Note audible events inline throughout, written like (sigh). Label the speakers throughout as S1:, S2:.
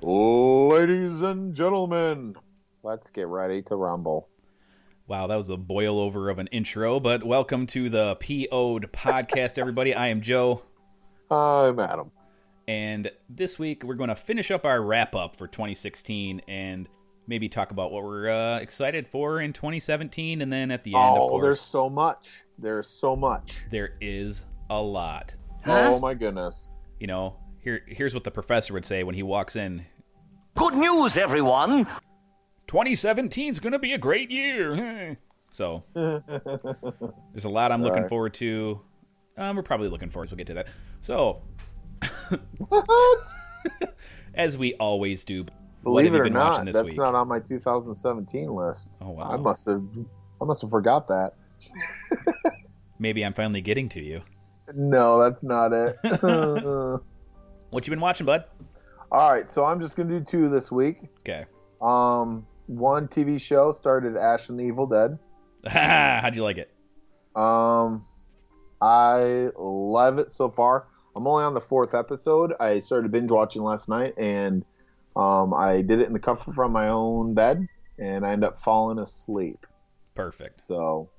S1: Ladies and gentlemen,
S2: Let's get ready to rumble.
S3: Wow, that was a boil over of an intro, but welcome to the PO'd podcast, everybody. I am Joe,
S1: I'm Adam.
S3: and this week we're going to finish up our wrap up for 2016 and maybe talk about what we're uh, excited for in 2017. And then at the end, of
S1: oh,
S3: course,
S1: there's so much. There's so much.
S3: there is a lot.
S1: Oh my goodness. (laughs)
S3: You know, here, here's what the professor would say when he walks in
S4: Good news, everyone!
S3: 2017 is going to be a great year. (laughs)
S1: (laughs)
S3: so there's a lot I'm looking forward to. Um, we're probably looking forward. To, we'll get to that. So
S1: What?
S3: as we always do, what
S1: Believe
S3: have
S1: it
S3: you
S1: or
S3: been
S1: not,
S3: watching this
S1: that's
S3: week?
S1: not on my 2017 list.
S3: Oh, wow.
S1: I must have I must have forgot that.
S3: Maybe I'm finally getting to you.
S1: No, that's not
S3: (laughs)
S1: it. (laughs)
S3: What you been watching, bud?
S1: All right, so I'm just going to do two this week.
S3: Okay. (laughs)
S1: Um one TV show started Ash and the Evil Dead.
S3: How'd you like it?
S1: Um, I love it so far. I'm only on the fourth episode. I started binge watching last night, and um, I did it in the comfort from my own bed, and I end up falling asleep.
S3: Perfect.
S1: So,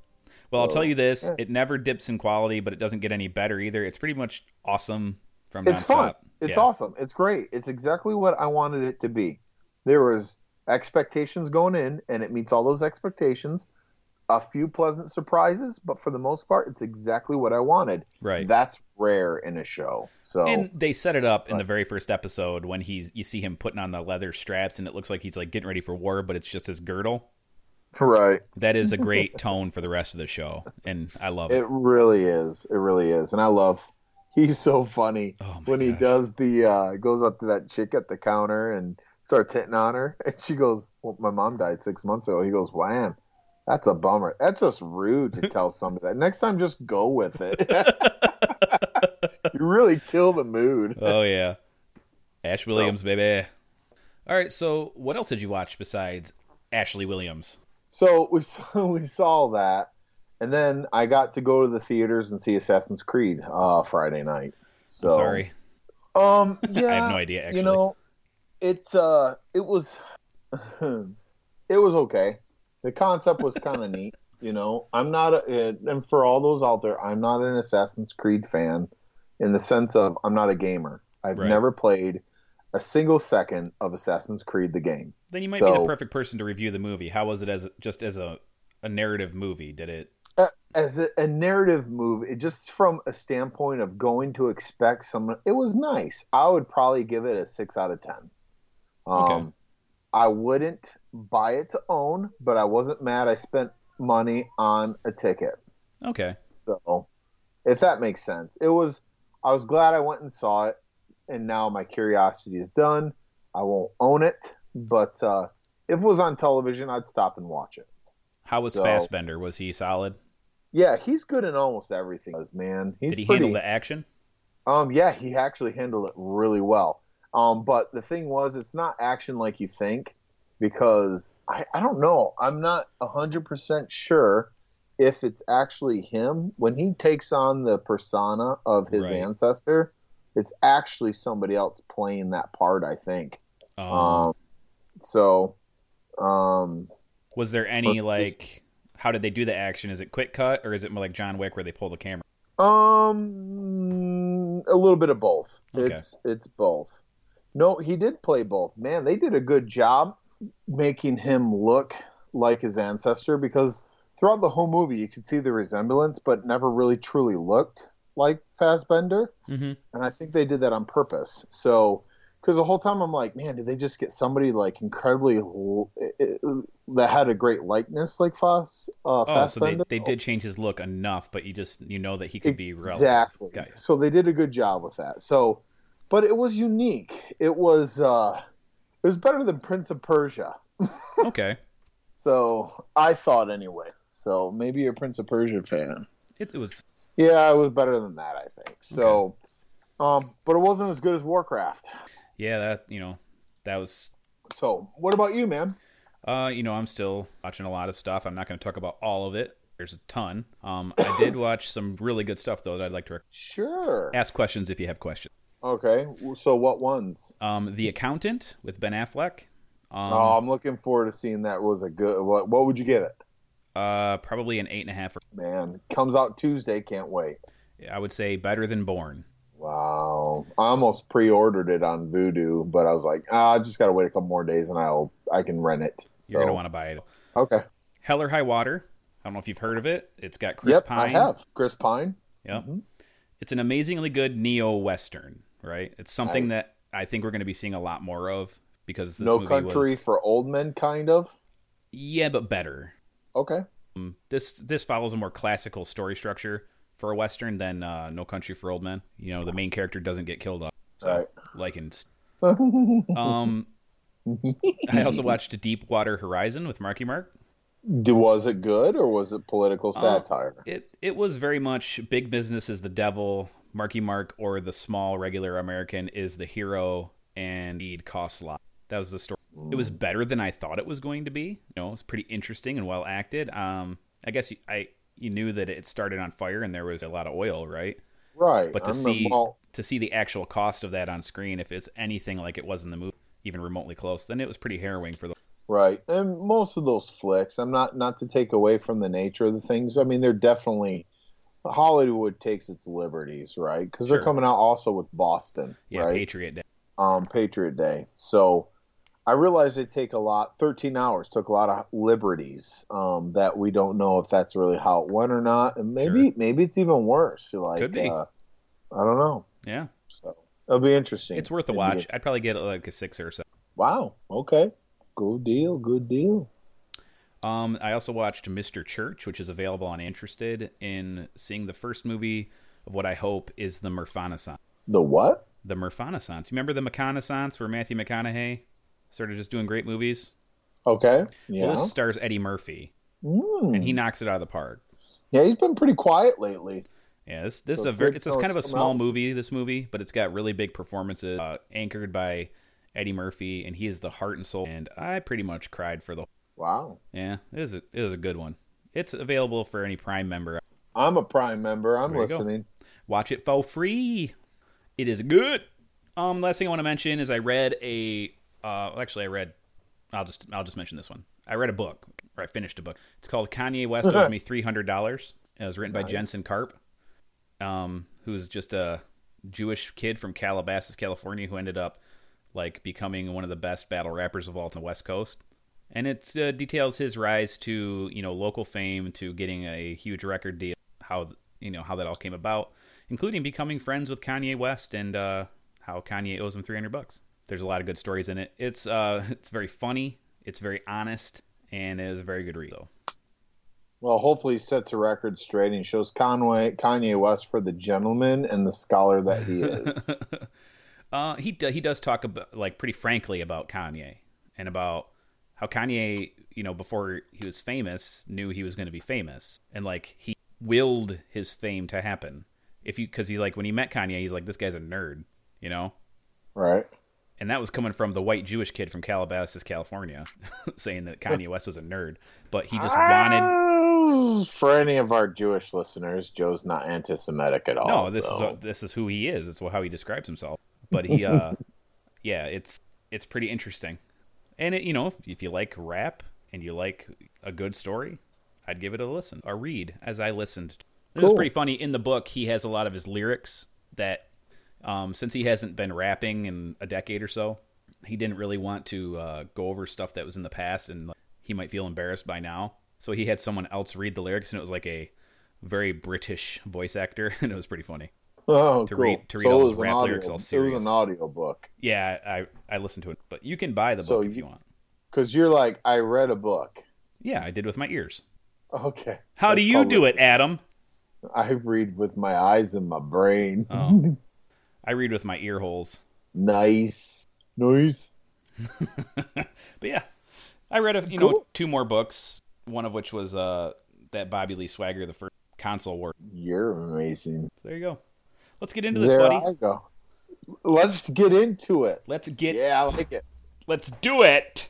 S3: Well, I'll
S1: So,
S3: tell you this:
S1: yeah.
S3: it never dips in quality, but it doesn't get any better either. It's pretty much awesome from
S1: it's
S3: nonstop.
S1: fun. It's
S3: Yeah.
S1: awesome. It's great. It's exactly what I wanted it to be. There was expectations going in, and it meets all those expectations. A few pleasant surprises, but for the most part, it's exactly what I wanted.
S3: Right.
S1: That's rare in a show. So
S3: And they set it up in the very first episode when he's you see him putting on the leather straps and it looks like he's like getting ready for war, but it's just his girdle.
S1: (laughs) right.
S3: That is
S1: (laughs)
S3: a great tone for the rest of the show, and I love it.
S1: It really is. It really is. And I love (laughs) he's so funny
S3: Oh my
S1: when he
S3: gosh.
S1: does the uh goes up to that chick at the counter and starts hitting on her (laughs) and she goes, Well, my mom died six months ago. He goes, Wham. That's a bummer. That's just rude to tell somebody that. Next time just go with it. (laughs) you really kill the mood.
S3: Oh yeah, Ash Williams, baby. All right, so what else did you watch besides Ashley Williams?
S1: So we (laughs) saw, we saw that and then I got to go to the theaters and see Assassin's Creed uh Friday night. So
S3: I'm sorry,
S1: Um, yeah,
S3: (laughs) I have no idea. Actually,
S1: You know, it uh, it was, (laughs) it was okay. The concept was
S3: (laughs)
S1: kind of neat. You know, I'm not a, uh, and for all those out there, I'm not an Assassin's Creed fan in the sense of I'm not a gamer. I've
S3: Right.
S1: never played a single second of Assassin's Creed the game.
S3: Then you might be
S1: So-
S3: the perfect person to review the movie. How was it as just as a, a narrative movie? Did it?
S1: as a, a narrative move, it just from a standpoint of going to expect someone, it was nice. I would probably give it a six out of ten. Um,
S3: Okay.
S1: I wouldn't buy it to own, but I wasn't mad. I spent money on a ticket,
S3: Okay.
S1: so if that makes sense, it was. I was glad I went and saw it, and now my curiosity is done. I won't own it, but uh, if it was on television, I'd stop and watch it.
S3: How was
S1: So-
S3: Fassbender? Was he solid?
S1: Yeah, he's good in almost everything, man. He's
S3: Did he
S1: pretty,
S3: handle the action?
S1: Um, yeah, he actually handled it really well. Um, but the thing was, it's not action like you think because I, I don't know. I'm not 100% sure if it's actually him. When he takes on the persona of his
S3: Right.
S1: ancestor, it's actually somebody else playing that part, I think.
S3: Um,
S1: Um, so, um,
S3: was there any like? How did they do the action? Is it quick cut or is it more like John Wick where they pull the camera?
S1: Um, a little bit of both.
S3: Okay.
S1: It's it's both. No, he did play both. Man, they did a good job making him look like his ancestor because throughout the whole movie you could see the resemblance, but never really truly looked like Fassbender.
S3: Mm-hmm.
S1: And I think they did that on purpose. So because the whole time I'm like, man, did they just get somebody like incredibly l- eh, that had a great likeness like Foss? Uh,
S3: Oh, so they, they did change his look enough, but you just you know that he could be relevant.
S1: exactly.
S3: Got you.
S1: So they did a good job with that. So, but it was unique. It was uh, it was better than Prince of Persia.
S3: Okay,
S1: So I thought anyway. So maybe you're a Prince of Persia fan.
S3: it, it was
S1: Yeah, it was better than that, I think. So, um, but it wasn't as good as Warcraft.
S3: yeah that you know that was
S1: So, what about you, man?
S3: Uh, you know, I'm still watching a lot of stuff. I'm not going to talk about all of it. There's a ton. Um, I
S1: (coughs)
S3: did watch some really good stuff though that I'd like to rec-
S1: Sure.
S3: ask questions if you have questions.
S1: Okay. So, what ones?
S3: Um, The Accountant with Ben Affleck.
S1: oh,
S3: Um,
S1: I'm looking forward to seeing that. Was a good. What What would you give it?
S3: uh, probably an eight and a half. Or,
S1: Man, comes out Tuesday. Can't wait.
S3: I would say better than Born.
S1: Wow. I almost pre-ordered it on Voodoo, but I was like, ah, I just gotta wait a couple more days and I'll I can rent it. So,
S3: You're going to want to buy it.
S1: Okay.
S3: Hell or High Water. I don't know if you've heard of it. It's got Chris
S1: yep,
S3: Pine.
S1: I have Mm-hmm. Chris Pine.
S3: Yep. It's an amazingly good neo western, right? It's something
S1: Nice.
S3: that I think we're going to be seeing a lot more of because this
S1: no
S3: movie
S1: Country
S3: was
S1: for Old Men, kind of.
S3: yeah, but better.
S1: Okay.
S3: Um, this this follows a more classical story structure for a western than uh, No Country for Old Men. You know, the main character doesn't get killed off, so
S1: Right.
S3: like in.
S1: (laughs)
S3: Um, I also watched Deepwater Horizon with Marky Mark.
S1: Do, was it good or was it political satire?
S3: Uh, It it was very much big business is the devil, Marky Mark, or the small regular American is the hero, and need costs a lot. That was the story. It
S1: Mm,
S3: was better than I thought it was going to be. You know, it was pretty interesting and well acted. Um, I guess you, I you knew that it started on fire and there was a lot of oil, right?
S1: right.
S3: But to
S1: I'm a-
S3: see
S1: well,
S3: to see the actual cost of that on screen, if it's anything like it was in the movie, even remotely close, then it was pretty harrowing for the.
S1: Right. And most of those flicks, I'm not not to take away from the nature of the things. I mean, they're definitely Hollywood takes its liberties, right? Cuz
S3: Sure.
S1: they're coming out also with Boston,
S3: Yeah,
S1: right?
S3: Patriot Day.
S1: um Patriot Day. So I realize they take a lot 13 hours took a lot of liberties um that we don't know if that's really how it went or not. And maybe
S3: Sure.
S1: maybe it's even worse. Like
S3: Could be.
S1: uh I don't know.
S3: Yeah,
S1: So it'll be interesting.
S3: it's worth a
S1: It'd be
S3: watch.
S1: interesting.
S3: I'd probably get like a six or so.
S1: Wow. Okay. Good deal. Good deal.
S3: Um, I also watched Mr. Church, which is available on Interested, in seeing the first movie of what I hope is the Murphanasance.
S1: The what?
S3: The Murphanasance. You remember the McConaissance where Matthew McConaughey started just doing great movies?
S1: Okay. Yeah.
S3: Well, this stars Eddie Murphy,
S1: Mm.
S3: and he knocks it out of the park.
S1: Yeah, he's been pretty quiet lately.
S3: Yeah, this
S1: So
S3: this is a
S1: it's
S3: very
S1: good
S3: it's, it's
S1: till
S3: kind of a
S1: it's come
S3: small
S1: out.
S3: movie. This movie, but it's got really big performances uh, anchored by Eddie Murphy, and he is the heart and soul. And I pretty much cried for the
S1: Wow.
S3: yeah. It is a, it is a good one. It's available for any Prime member.
S1: I'm a Prime member. I'm
S3: There you go.
S1: listening.
S3: Watch it for free. It is good. Um, last thing I want to mention is I read a. Uh, actually, I read. I'll just I'll just mention this one. I read a book, or I finished a book. It's called Kanye West owes me three hundred dollars. It was written by Jensen Karp, um, who's just a Jewish kid from Calabasas, California, who ended up like becoming one of the best battle rappers of all on the West Coast. And it uh, details his rise to you know local fame, to getting a huge record deal, how you know how that all came about, including becoming friends with Kanye West and uh, how Kanye owes him three hundred bucks. There's a lot of good stories in it. It's uh, it's very funny, it's very honest, and it was a very good read. So,
S1: Well, hopefully he sets a record straight and shows Conway Kanye West for the gentleman and the scholar that he
S3: (laughs)
S1: is.
S3: Uh, he do- he does talk about like pretty frankly about Kanye and about how Kanye, you know, before he was famous, knew he was going to be famous, and like he willed his fame to happen. If you because he's like when he met Kanye, he's like this guy's a nerd, you know,
S1: right.
S3: and that was coming from the white Jewish kid from Calabasas, California, (laughs) saying that Kanye West was a nerd, but he just wanted.
S1: For any of our Jewish listeners, Joe's not anti Semitic at all.
S3: No, this
S1: so-
S3: is what- this is who he is. It's how he describes himself. But he, uh, yeah, it's it's pretty interesting. And it, you know, if, if you like rap and you like a good story, I'd give it a listen, a read. As I listened, it was
S1: Cool.
S3: pretty funny. In the book, he has a lot of his lyrics that, um, since he hasn't been rapping in a decade or so, he didn't really want to uh, go over stuff that was in the past, and like, he might feel embarrassed by now. So he had someone else read the lyrics, (laughs) and it was like a very British voice actor, and it was pretty funny.
S1: Oh,
S3: To
S1: cool.
S3: read- to read
S1: so it
S3: all those
S1: was an
S3: rap
S1: audio,
S3: lyrics all
S1: It
S3: serious.
S1: was an audio book
S3: Yeah, I I listened to it, but you can buy the book
S1: So
S3: if
S1: you-
S3: you want.
S1: because you're like, I read a book. (laughs)
S3: Yeah, I did with my ears.
S1: Okay.
S3: How do
S1: That's
S3: you do
S1: probably-
S3: it, Adam?
S1: I read with my eyes and my brain.
S3: Oh. I read with my ear holes.
S1: (laughs) Nice, nice.
S3: But yeah, I read a, you know two more books. One of which was uh that Bobby Lee Swagger, the first console work.
S1: You're amazing.
S3: There you go. Let's get into this,
S1: there
S3: buddy.
S1: I go. Let's get into it.
S3: Let's get
S1: Yeah, I like it.
S3: let's do it.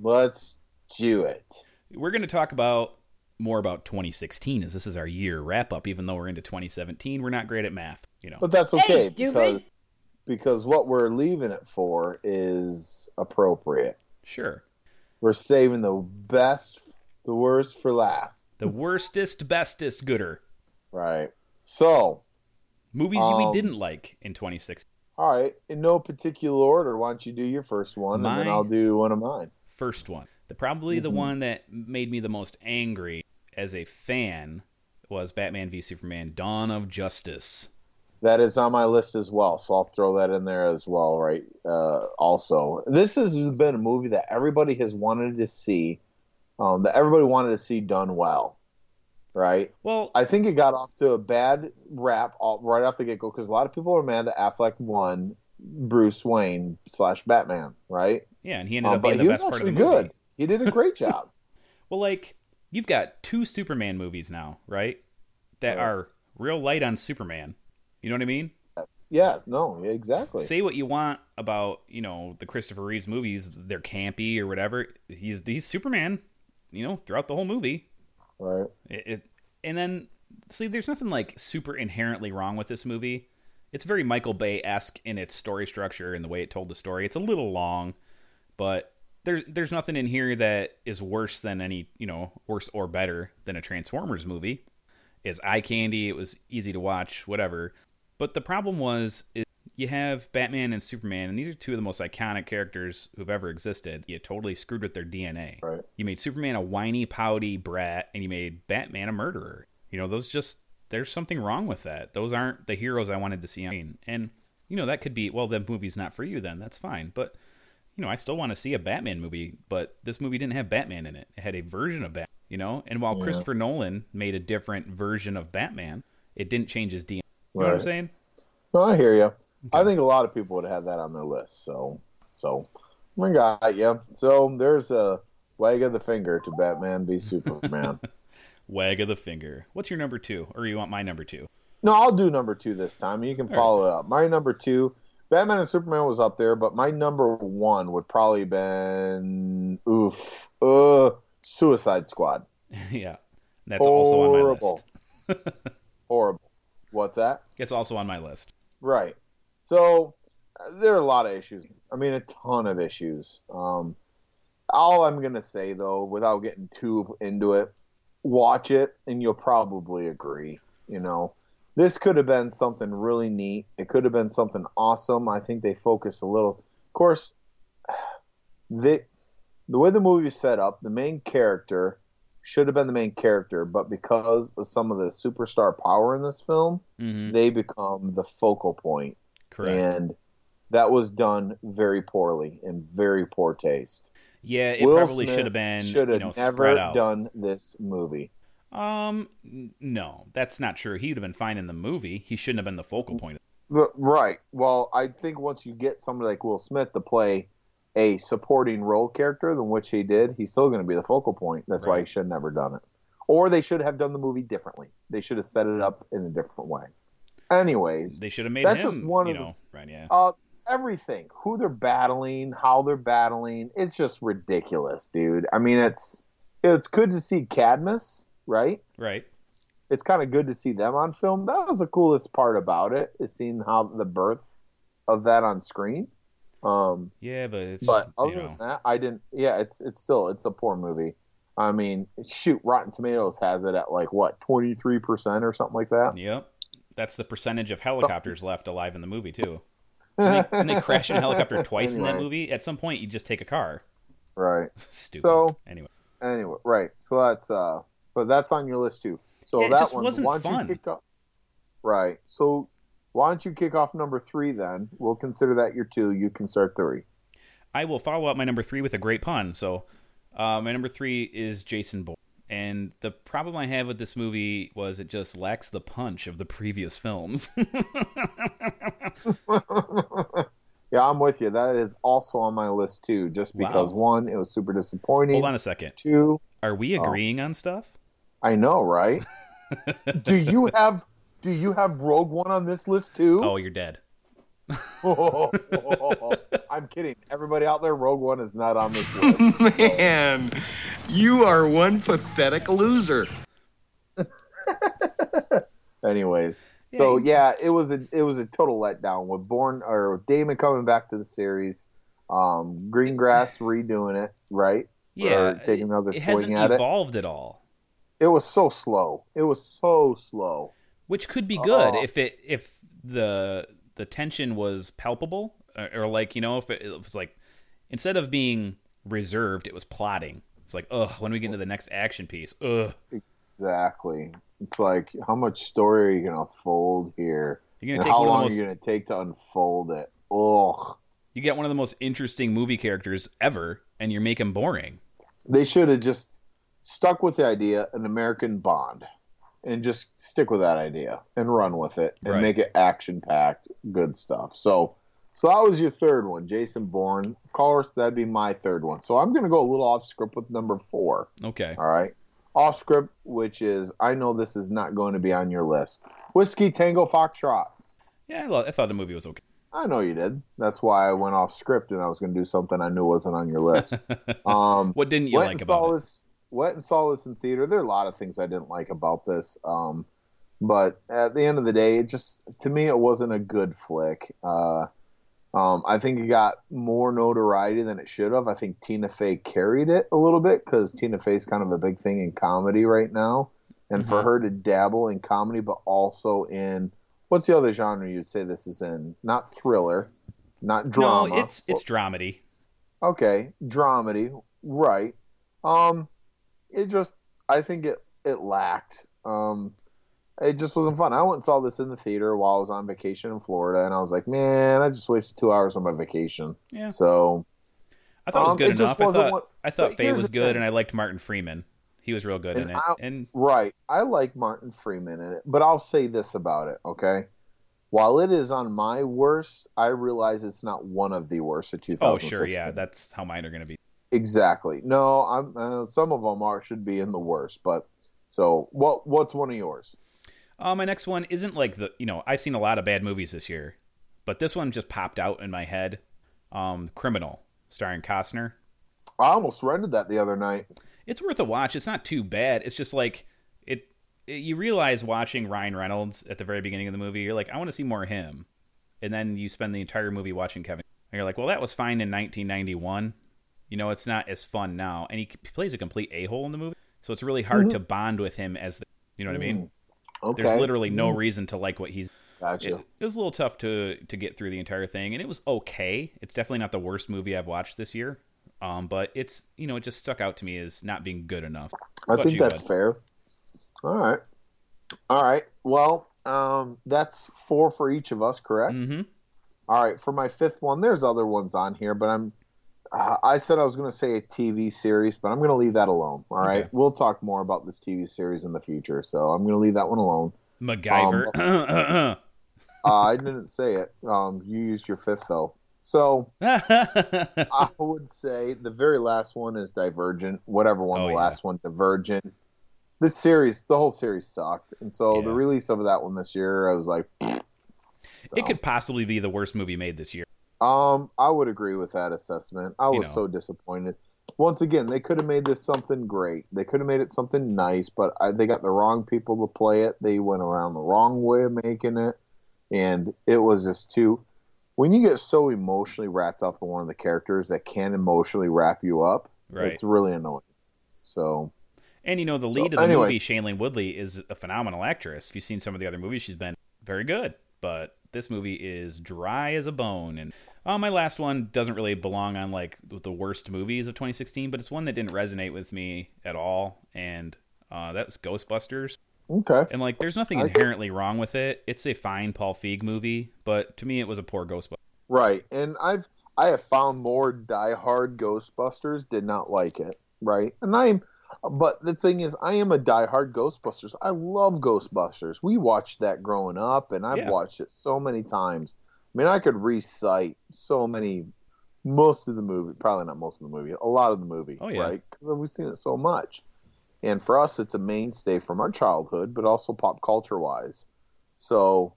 S1: Let's do it.
S3: We're going to talk about more about 2016 as this is our year wrap up. Even though we're into 2017, we're not great at math. You know,
S1: But that's okay
S5: stupid.
S1: because because what we're leaving it for is appropriate.
S3: sure.
S1: We're saving the best, the worst for last.
S3: The worstest, bestest, gooder
S1: Right. So,
S3: movies we
S1: Um,
S3: didn't like in 2016.
S1: all right, in no particular order, why don't you do your first one and
S3: Mine-
S1: then I'll do one of mine.
S3: First one, the probably the
S1: Mm-hmm.
S3: one that made me the most angry as a fan was Batman v Superman: Dawn of Justice.
S1: That is on my list as well, so I'll throw that in there as well. Right. Uh, also, this has been a movie that everybody has wanted to see, um, that everybody wanted to see done well. Right.
S3: Well,
S1: I think it got off to a bad rap all, right off the get go because a lot of people are mad that Affleck won Bruce Wayne slash Batman. Right.
S3: yeah, and he ended
S1: Um,
S3: up being
S1: but
S3: the
S1: he was
S3: best part of the
S1: actually
S3: movie.
S1: good. He did a great job. (laughs)
S3: Well, like you've got two Superman movies now, right? That
S1: Right.
S3: are real light on Superman. You know what I mean?
S1: yes. Yeah. No. yeah, Exactly.
S3: Say what you want about you know the Christopher Reeves movies; they're campy or whatever. He's he's Superman, you know, throughout the whole movie.
S1: Right.
S3: It, it, and then see, there's nothing like super inherently wrong with this movie. It's very Michael Bay esque in its story structure and the way it told the story. It's a little long, but there there's nothing in here that is worse than any you know worse or better than a Transformers movie. It's eye candy. It was easy to watch, whatever. But the problem was is you have Batman and Superman, and these are two of the most iconic characters who've ever existed. You totally screwed with their DNA.
S1: Right.
S3: You made Superman a whiny, pouty brat, and you made Batman a murderer. You know, those just there's something wrong with that. Those aren't the heroes I wanted to see on screen. And you know, that could be well, the movie's not for you then. That's fine. But you know, I still want to see a Batman movie, but this movie didn't have Batman in it. It had a version of Batman, you know? And while Christopher Nolan made a different version of Batman, it didn't change his DNA. You know what I'm
S1: Right.
S3: saying?
S1: No, I hear you. I think a lot of people would have had that on their list. So, so Oh I got you. So there's a wag of the finger to Batman be Superman.
S3: Wag of the finger. What's your number two? Or you want my number two? (laughs)
S1: no, I'll do number two this time. You can follow it up. My number two, Batman and Superman was up there, but my number one would probably been oof, uh, Suicide Squad.
S3: yeah. That's also on my
S1: Horrible.
S3: list.
S1: Horrible. What's that?
S3: It's also on my list.
S1: Right. So uh, there are a lot of issues. I mean, a ton of issues. Um, all I'm gonna say though, without getting too into it, watch it and you'll probably agree. You know, this could have been something really neat. It could have been something awesome. I think they focused a little. Of course, (sighs) the the way the movie was set up, the main character should have been the main character, but because of some of the superstar power in this film,
S3: Mm-hmm.
S1: they become the focal point
S3: Correct.
S1: and that was done very poorly in very poor taste
S3: Yeah, it
S1: Will
S3: probably
S1: Smith
S3: should have been
S1: should
S3: you
S1: have
S3: know,
S1: never
S3: spread out.
S1: done this movie
S3: Um, n- no, that's not true. He would have been fine in the movie. He shouldn't have been the focal point.
S1: But- right well i think once you get somebody like will smith to play a supporting role character than which he did he's still going to be the focal point that's why he
S3: Right.
S1: should have never done it or they should have done the movie differently they should have set it up in a different way anyways
S3: They should have made
S1: That's
S3: him,
S1: just one
S3: you
S1: of the-
S3: know, right? Yeah,
S1: Uh, everything, who they're battling, how they're battling, it's just ridiculous, dude. I mean, it's it's good to see Cadmus, right?
S3: right.
S1: It's kind of good to see them on film. That was the coolest part about it, is seeing how the birth of that on screen. Um,
S3: Yeah, but it's
S1: but
S3: just,
S1: other
S3: you know,
S1: than that, I didn't. Yeah, it's it's still it's a poor movie. I mean, shoot, Rotten Tomatoes has it at like what twenty three percent or something like that.
S3: yep. That's the percentage of helicopters left alive in the movie too. And they, and they crash in
S1: (laughs)
S3: a helicopter twice in that
S1: Anyway.
S3: movie. At some point, you just take a car. (laughs)
S1: Right.
S3: Stupid.
S1: So-
S3: anyway,
S1: anyway, right. So that's uh, but that's on your list too. So
S3: Yeah, it
S1: that
S3: just
S1: one,
S3: wasn't
S1: why don't
S3: fun.
S1: you pick up? Right. So Why don't you kick off number three then? We'll consider that your two. You can start three.
S3: I will follow up my number three with a great pun. So, uh, my number three is Jason Bourne. And the problem I have with this movie was it just lacks the punch of the previous films. (laughs)
S1: Yeah, I'm with you. That is also on my list too, just because
S3: Wow.
S1: one, it was super disappointing.
S3: Hold on a second.
S1: Two,
S3: Are we
S1: Oh.
S3: agreeing on stuff?
S1: I know,
S3: (laughs)
S1: right? do you have do you have Rogue One on this list too?
S3: Oh, you're dead. Oh.
S1: (laughs) I'm kidding. Everybody out there, Rogue One is not on
S3: (laughs)
S1: this list.
S5: Man, you are one pathetic loser.
S1: Anyways,
S3: Yeah,
S1: so
S3: you-
S1: yeah, it was a it was a total letdown with Born or with Damon coming back to the series, um, Greengrass redoing it, right?
S3: Yeah,
S1: Or take another
S3: it, it
S1: swing
S3: hasn't
S1: at it.
S3: evolved at all,
S1: It was so slow. It was so slow.
S3: which could be good
S1: Oh.
S3: if it if the the tension was palpable or, or like you know if it, if it's like instead of being reserved, it was plotting. It's like ugh, when we get into the next action piece, ugh,
S1: Exactly. It's like how much story are you gonna fold here?
S3: you're
S1: And
S3: gonna take
S1: how
S3: one of the
S1: long
S3: most
S1: are
S3: you
S1: you gonna take to unfold it? Ugh.
S3: get one of the most interesting movie characters ever, and you make him boring.
S1: They should have just stuck with the idea an American Bond, and just stick with that idea and run with it and
S3: Right.
S1: make it action packed, good stuff. So, so that was your third one, Jason Bourne. Of course, that'd be my third one. So I'm gonna go a little off script with number four.
S3: Okay,
S1: All right. Off script, which is I know this is not going to be on your list. Whiskey Tango Foxtrot.
S3: yeah, I, lo- I thought the movie was okay.
S1: I know you did. That's why I went off script and I was going to do something I knew wasn't on your list. Um,
S3: What didn't you
S1: went
S3: like
S1: and
S3: about
S1: saw
S3: it?
S1: this. Went and saw this in theater. There are a lot of things I didn't like about this, um, but at the end of the day, it just to me it wasn't a good flick. Uh, um, I think it got more notoriety than it should have. I think Tina Fey carried it a little bit because Tina Fey's kind of a big thing in comedy right now, and for
S3: Mhm.
S1: her to dabble in comedy, but also in what's the other genre you'd say this is in? Not thriller, not drama.
S3: No, it's it's dramedy.
S1: Okay, dramedy, right? Um, it just I think it it lacked. Um, it just wasn't fun. I went and saw this in the theater while I was on vacation in Florida, and I was like, man, I just wasted two hours on my vacation.
S3: Yeah.
S1: So
S3: I thought it was
S1: Um,
S3: good
S1: it just
S3: enough. I
S1: wasn't
S3: thought
S1: what-
S3: I thought
S1: but
S3: Faye
S1: here's
S3: was
S1: the
S3: good,
S1: thing.
S3: and I liked Martin Freeman. He was real good
S1: And
S3: in it.
S1: I-
S3: and
S1: Right. I like Martin Freeman in it, but I'll say this about it, okay? While it is on my worst, I realize it's not one of the worst of
S3: oh
S1: 2016.
S3: sure, yeah, that's how mine are going to be.
S1: exactly. No, I'm uh, some of them are should be in the worst, but so what what's one of yours?
S3: Uh, my next one isn't like the you know I've seen a lot of bad movies this year, but this one just popped out in my head. Um, Criminal, starring Costner.
S1: I almost rented that the other night.
S3: It's worth a watch. It's not too bad. It's just like it. it- you realize watching Ryan Reynolds at the very beginning of the movie, you're like, I want to see more of him, and then you spend the entire movie watching Kevin. And you're like, well, that was fine in 1991. You know, it's not as fun now, and he c- plays a complete a hole in the movie, so it's really hard to bond with him as the. You know what I mean?
S1: Mm-hmm. Mm, Okay. Mm-hmm.
S3: There's literally no reason to like what he's
S1: gotcha.
S3: it, it was a little tough to to get through the entire thing, and it was okay. It's definitely not the worst movie I've watched this year, um, but it's you know it just stuck out to me as not being good enough.
S1: I
S3: What about
S1: think
S3: you,
S1: that's
S3: bud?
S1: fair. All right. All right. Well, um, that's four for each of us, correct?
S3: Mhm.
S1: All right, for my fifth one, there's other ones on here, but I'm. Uh, I said I was going to say a TV series, but I'm going to leave that alone. All right,
S3: Okay.
S1: we'll talk more about this TV series in the future, so I'm going to leave that one alone.
S3: Mm-hmm. MacGyver.
S1: Uh, I didn't say it. Um, you used your fifth though, so I would say the very last one is Divergent. Whatever one
S3: Oh,
S1: the
S3: yeah.
S1: last one, Divergent. This series, the whole series sucked, and so the
S3: Yeah.
S1: release of that one this year, I was like,
S3: (laughs) It could possibly be the worst movie made this year.
S1: Um, I would agree with that assessment. I
S3: You
S1: was
S3: know.
S1: so disappointed. Once again, they could have made this something great. They could have made it something nice, but I, they got the wrong people to play it. They went around the wrong way of making it, and it was just too. When you get so emotionally wrapped up in one of the characters that can emotionally wrap you up,
S3: Right.
S1: it's really annoying. So
S3: And you know the lead
S1: So,
S3: of the
S1: anyway.
S3: movie, Shailene Woodley, is a phenomenal actress. If you've seen some of the other movies she's been, very good. But this movie is dry as a bone. And uh, my last one doesn't really belong on like the worst movies of 2016, but it's one that didn't resonate with me at all. And uh, that was Ghostbusters.
S1: Okay.
S3: And like, there's nothing inherently wrong with it. It's a fine Paul Feig movie, but to me, it was a poor Ghostbusters.
S1: Right. And I've I have found more diehard Ghostbusters did not like it. Right. And I'm but the thing is I am a diehard Ghostbusters. I love Ghostbusters. We watched that growing up and I've
S3: Yeah.
S1: watched it so many times. I mean I could recite so many most of the movie, probably not most of the movie, a lot of the movie,
S3: Oh, yeah.
S1: right? Because we've seen it so much. And for us, it's a mainstay from our childhood, but also pop culture wise. So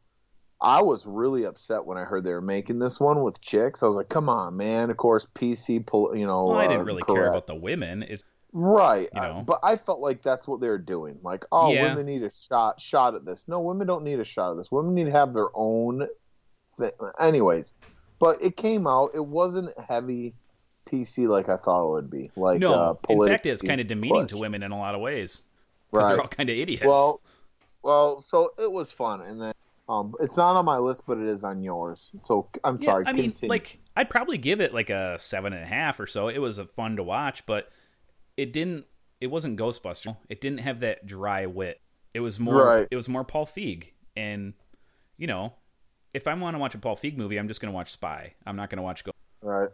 S1: I was really upset when I heard they were making this one with chicks. I was like, come on, man. Of course, PC, pol- you know.
S3: Well, I
S1: uh,
S3: didn't really care
S1: correct.
S3: about the women. It's
S1: Right.
S3: you
S1: I-
S3: know.
S1: but I felt like that's what they were doing. Like, oh,
S3: Yeah.
S1: women need a shot shot at this. No, women don't need a shot at this. Women need to have their own thing. Anyways, but it came out. It wasn't heavy PC like I thought it would be. Like,
S3: no,
S1: uh,
S3: in fact, it's
S1: politically
S3: kind of demeaning to
S1: pushed.
S3: women in a lot of ways because
S1: Right.
S3: they're all kind of idiots.
S1: Well, well, so it was fun, and then um, it's not on my list, but it is on yours. So I'm
S3: Yeah,
S1: sorry.
S3: I mean,
S1: continue.
S3: like I'd probably give it like a seven and a half or so. It was a fun to watch, but it didn't. It wasn't Ghostbuster. It didn't have that dry wit. It was more.
S1: Right.
S3: It was more Paul Feig, and you know, if I want to watch a Paul Feig movie, I'm just going to watch Spy. I'm not going to watch Ghost.
S1: right?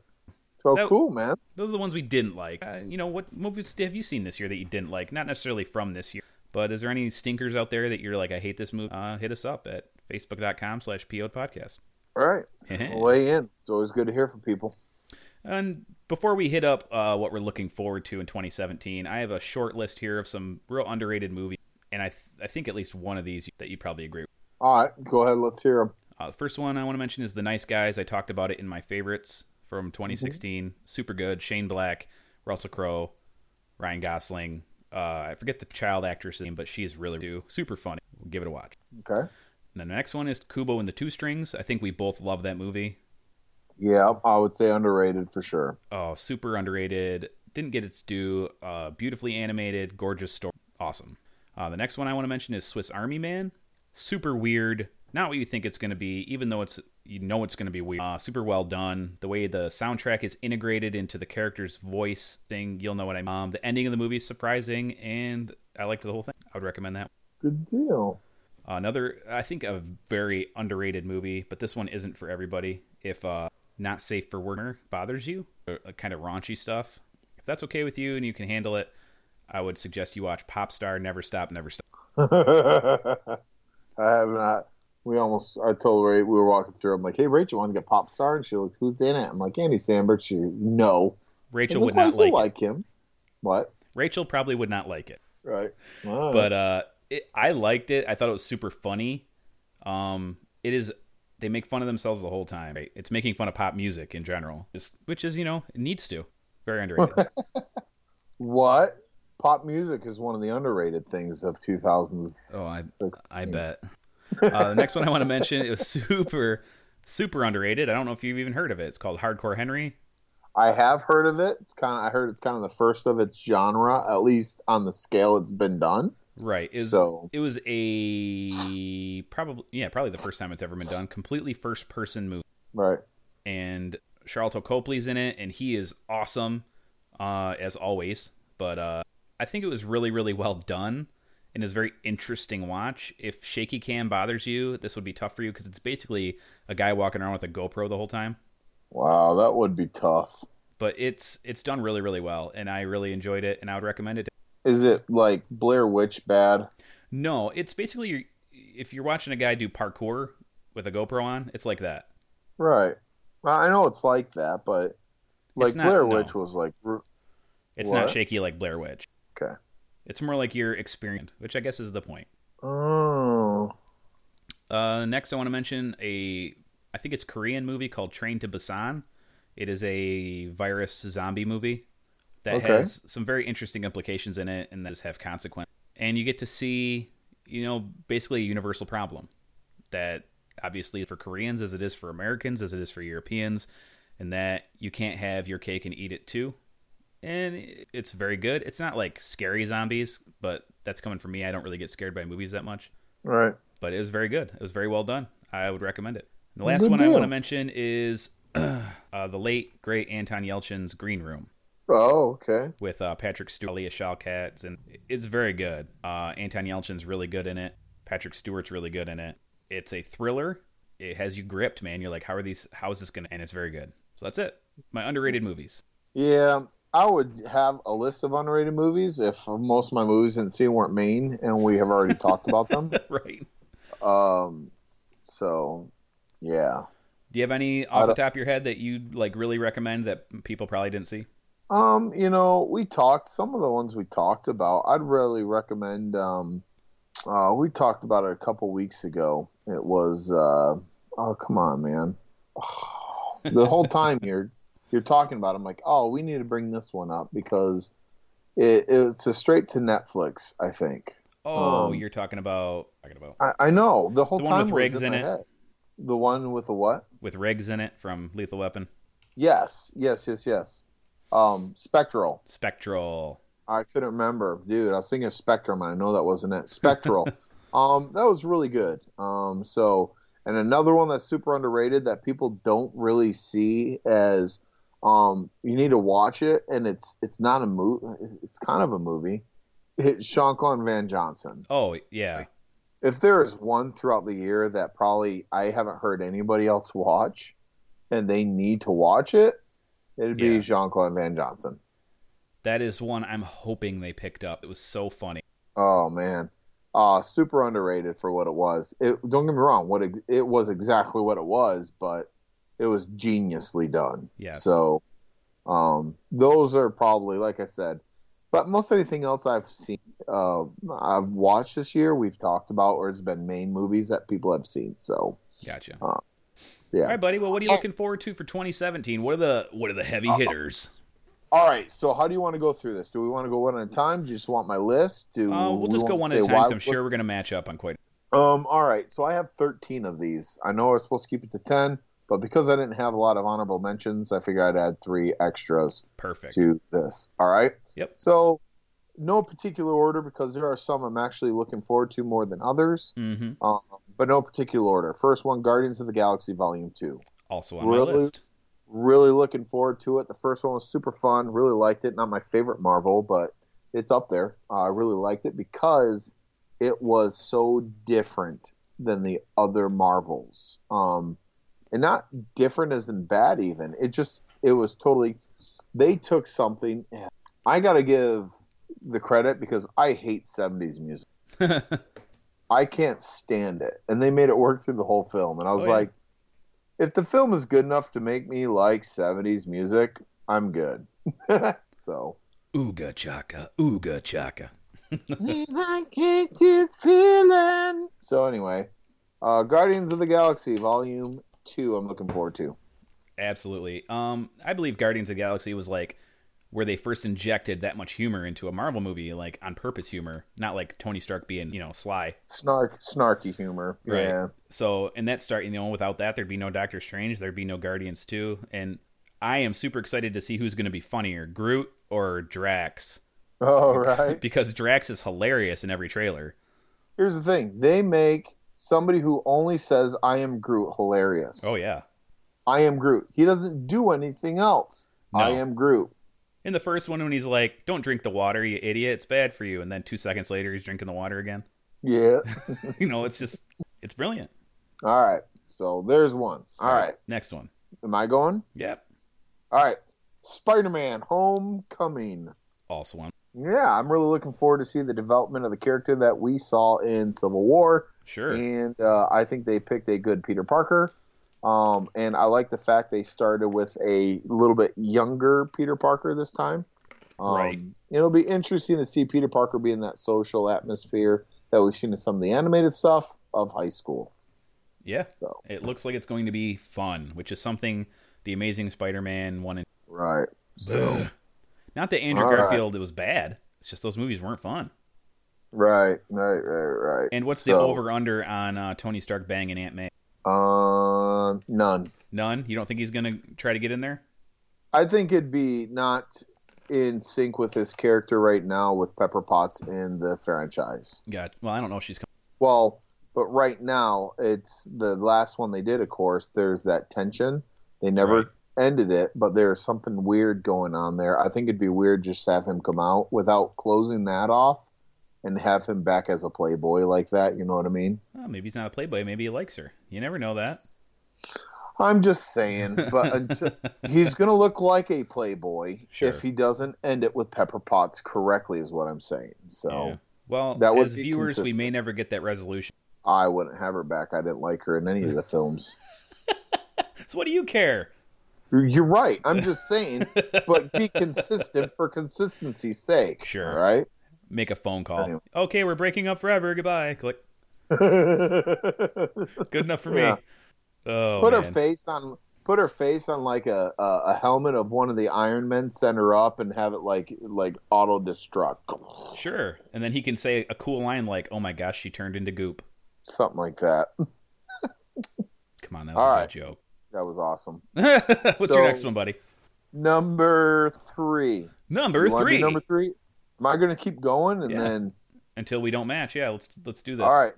S1: So
S3: that-
S1: cool, man.
S3: Those are the ones we didn't like. Uh, you know, what movies have you seen this year that you didn't like? Not necessarily from this year, but is there any stinkers out there that you're like, I hate this movie? Uh, hit us up at facebook.com slash PO podcast. (laughs)
S1: All right, weigh in. It's always good to hear from people.
S3: And before we hit up uh, what we're looking forward to in 2017, I have a short list here of some real underrated movies, and I, th- I think at least one of these that you probably agree with.
S1: All right, go ahead. Let's hear them.
S3: Uh, the first one I want to mention is The Nice Guys. I talked about it in my favorites from 2016. Super good. Shane Black, Russell Crowe, Ryan Gosling. Uh, I forget the child actress name, but she's really too super funny. Give it a watch.
S1: Okay.
S3: And then the next one is Kubo and the Two Strings. I think we both love that movie.
S1: Yeah, I would say underrated for sure.
S3: Oh, super underrated. Didn't get its due. Uh, beautifully animated, gorgeous story. Awesome. Uh, the next one I want to mention is Swiss Army Man. Super weird. Not what you think it's going to be, even though it's you know it's going to be weird. Uh, super well done. The way the soundtrack is integrated into the character's voice thing, you'll know what I mean. Um, the ending of the movie is surprising, and I liked the whole thing. I would recommend that.
S1: Good deal. (laughs)
S3: Another, I think, a very underrated movie, but this one isn't for everybody. If uh, Not Safe for Werner bothers you, or, uh, kind of raunchy stuff, if that's okay with you and you can handle it, I would suggest you watch Popstar, Never Stop, Never Stop.
S1: I have not. We almost. I told Ray we were walking through. I'm like, "Hey, Rachel, want to get pop star?" And she looked, "Who's in it?" I'm like, "Andy Samberg." She, no.
S3: Rachel
S1: Doesn't
S3: would not
S1: quite
S3: like
S1: look
S3: it.
S1: him. What?
S3: Rachel probably would not like it.
S1: Right. All right.
S3: But uh, it, I liked it. I thought it was super funny. Um, it is. They make fun of themselves the whole time. Right? It's making fun of pop music in general, just, which is, you know, it needs to. Very (laughs) underrated.
S1: what? Pop music is one of the underrated things of 2000.
S3: Oh, I- I bet. Uh, the next one I want to mention it was super, super underrated. I don't know if you've even heard of it. It's called Hardcore Henry.
S1: I have heard of it. It's kind of. I heard it's kind of the first of its genre, at least on the scale it's been done.
S3: Right. It was,
S1: So-
S3: it was a probably yeah probably the first time it's ever been done. Completely first person movie,
S1: Right.
S3: and Charlton Copley's in it, and he is awesome uh, as always. But uh, I think it was really really well done. And is a very interesting watch. If shaky cam bothers you, this would be tough for you because it's basically a guy walking around with a GoPro the whole time.
S1: Wow, that would be tough.
S3: but it's it's done really really well and i really enjoyed it and i would recommend it
S1: Is it like Blair Witch bad?
S3: no it's basically you if you're watching a guy do parkour with a gopro on it's like that
S1: Right. Well, I know it's like that, but like
S3: not-
S1: Blair
S3: no.
S1: Witch was like r-
S3: it's
S1: What?
S3: not shaky like blair witch
S1: okay.
S3: it's more like your experience which i guess is the point
S1: Oh,
S3: uh next i want to mention a i think it's korean movie called train to busan it is a virus zombie movie that
S1: Okay.
S3: has some very interesting implications in it and that just have consequences and you get to see you know basically a universal problem that obviously for Koreans as it is for Americans as it is for Europeans and that you can't have your cake and eat it too and it's very good it's not like scary zombies but that's coming from me I don't really get scared by movies that much
S1: right.
S3: but it was very good it was very well done I would recommend it and the last
S1: Good
S3: one I
S1: deal.
S3: (clears throat) want to mention is uh, the late great Anton Yelchin's Green Room
S1: Oh, okay.
S3: with uh, Patrick Stewart, Leah Shawkat, and it's very good. Uh, Anton Yelchin's really good in it. Patrick Stewart's really good in it. It's a thriller. It has you gripped, man. You're like, how are these? How is this gonna? And it's very good. So that's it. My underrated movies. (laughs)
S1: Yeah, I would have a list of unrated movies if most of my movies didn't see weren't main, and we have already talked about them.
S3: right.
S1: Um, so yeah.
S3: Do you have any off the top of your head that you like really recommend that people probably didn't see?
S1: Um, you know, we talked some of the ones we talked about. I'd really recommend. Um, uh, we talked about it a couple weeks ago. It was uh, oh come on, man. (sighs) the whole time you're you're talking about, it, I'm like, oh, we need to bring this one up because it, it's a straight to Netflix. I think.
S3: Oh,
S1: Um,
S3: you're talking about talking about
S1: I, I know the whole
S3: The
S1: time
S3: one with
S1: was
S3: Riggs in
S1: my
S3: it.
S1: head. The one with the what?
S3: with Riggs in it from Lethal Weapon,
S1: Yes, yes, yes, yes. Um, Spectral.
S3: Spectral.
S1: I couldn't remember, dude. I was thinking of Spectrum. And I know that wasn't it.
S3: (laughs)
S1: Spectral. um, that was really good. Um, so, and another one that's super underrated that people don't really see as, um, you need to watch it, and it's it's not a movie. It's kind of a movie. It's Sean Claude Van Johnson.
S3: Oh yeah,
S1: If there is one throughout the year that probably I haven't heard anybody else watch, and they need to watch it, it'd be
S3: Yeah.
S1: Jean Claude Van Johnson.
S3: that is one I'm hoping they picked up. It was so funny.
S1: Oh man, uh, super underrated for what it was. It don't get me wrong, what it, it was exactly what it was, but it was geniusly done.
S3: Yes.
S1: So, um, those are probably like I said, but most anything else I've seen, uh, I've watched this year, we've talked about, or it's been main movies that people have seen. So,
S3: Gotcha.
S1: yeah.
S3: All right, buddy. Well, what are
S1: Uh,
S3: you looking forward to for 2017? What are the what are the heavy hitters?
S1: All right. So, how do you want to go through this? Do we want to go one at a time? Do you just want my list? Do
S3: Uh, we'll
S1: we
S3: just go
S1: want
S3: one
S1: to
S3: at a
S1: say
S3: time.
S1: why
S3: 'cause I'm
S1: we're-
S3: sure we're going to match up on quite.
S1: Um, all right, so I have 13 of these. I know I was supposed to keep it to 10, but because I didn't have a lot of honorable mentions, I figured I'd add three extras
S3: Perfect.
S1: to this. All right?
S3: Yep.
S1: So, no particular order because there are some I'm actually looking forward to more than others,
S3: Mm-hmm.
S1: um, but no particular order. First one Guardians of the Galaxy Volume 2.
S3: Also on my
S1: Really?
S3: list.
S1: Really looking forward to it. The first one was super fun, really liked it. Not my favorite Marvel, but it's up there. Uh, I really liked it because it was so different than the other Marvels. Um, and not different as in bad, even. It just, it was totally, they took something. I got to give the credit because I hate 70s
S3: (laughs)
S1: music. I can't stand it. And they made it work through the whole film. And I was
S3: Oh, yeah.
S1: like, if the film is good enough to make me like 70s music, I'm good. (laughs) so.
S3: Ooga chaka, ooga chaka.
S1: So anyway, uh, Guardians of the Galaxy Volume Two. I'm looking forward to.
S3: Absolutely. Um, I believe Guardians of the Galaxy was like where they first injected that much humor into a Marvel movie, like on purpose humor, not like Tony Stark being you know sly.
S1: Snark, snarky humor.
S3: Right.
S1: Yeah. (laughs)
S3: So, and that start, you know, without that, there'd be no Doctor Strange, there'd be no Guardians 2. And I am super excited to see who's going to be funnier, Groot or Drax,
S1: All right.
S3: because Drax is hilarious in every trailer.
S1: Here's the thing: they make somebody who only says "I am Groot" hilarious.
S3: Oh, yeah.
S1: I am Groot. He doesn't do anything else.
S3: No.
S1: I am Groot.
S3: In the first one, when he's like, don't drink the water, you idiot, it's bad for you. And then two seconds later, he's drinking the water again. (laughs)
S1: Yeah.
S3: you know, it's just, it's brilliant.
S1: All right. So there's one. All right.
S3: Next one.
S1: Am I going?
S3: Yep.
S1: All right. Spider-Man: Homecoming.
S3: Also one.
S1: Yeah, I'm really looking forward to see the development of the character that we saw in Civil War.
S3: Sure.
S1: and uh, I think they picked a good Peter Parker. Um, and I like the fact they started with a little bit younger Peter Parker this time. Um,
S3: Right.
S1: It'll be interesting to see Peter Parker be in that social atmosphere that we've seen in some of the animated stuff of high school.
S3: Yeah.
S1: So
S3: It looks like it's going to be fun, which is something the Amazing Spider Man one and
S1: right. So
S3: Not that Andrew
S1: All right.
S3: Garfield was bad. It's just those movies weren't fun.
S1: right, right, right, right.
S3: And what's the
S1: So,
S3: over under on uh, Tony Stark banging Aunt May?
S1: Um, none.
S3: None. You don't think he's gonna try to get in there?
S1: I think it'd be not in sync with his character right now with Pepper Potts in the franchise.
S3: Got. Well, I don't know if she's. Coming.
S1: Well, but right now it's the last one they did. Of course, there's that tension. They never
S3: Right.
S1: ended it, but there's something weird going on there. I think it'd be weird just to have him come out without closing that off and have him back as a playboy like that. You know what I mean?
S3: Well, maybe he's not a playboy. Maybe he likes her. You never know that.
S1: I'm just saying,
S3: (laughs)
S1: but until, he's going to look like a playboy
S3: Sure.
S1: if he doesn't end it with Pepper Potts correctly, is what I'm saying. So
S3: Yeah. Well,
S1: That would
S3: as
S1: be
S3: viewers, we
S1: consistent.
S3: may never get that resolution. (laughs)
S1: I wouldn't have her back. I didn't like her in any of the films.
S3: So what do you care?
S1: You're right. I'm just saying, but
S3: (laughs)
S1: be consistent for consistency's sake.
S3: Sure.
S1: all (laughs) Right?
S3: Make a phone call.
S1: Anyway.
S3: Okay, we're breaking up forever. Goodbye. Click. Good enough for me.
S1: (laughs) Yeah.
S3: Oh,
S1: put her
S3: man.
S1: face on. Put her face on like a, a a helmet of one of the Iron Men. Send her up and have it like like auto destruct,
S3: Sure. And then he can say a cool line like, "Oh my gosh, she turned into goop."
S1: something like that.
S3: Come on, that was
S1: All
S3: a
S1: right.
S3: good joke.
S1: That was awesome.
S3: (laughs) What's
S1: So-
S3: your next one, buddy?
S1: Number three.
S3: Number
S1: You wanna do
S3: three.
S1: Number three. Am I going to keep going and
S3: Yeah.
S1: then?
S3: Until we don't match, yeah. Let's let's do this.
S1: All right.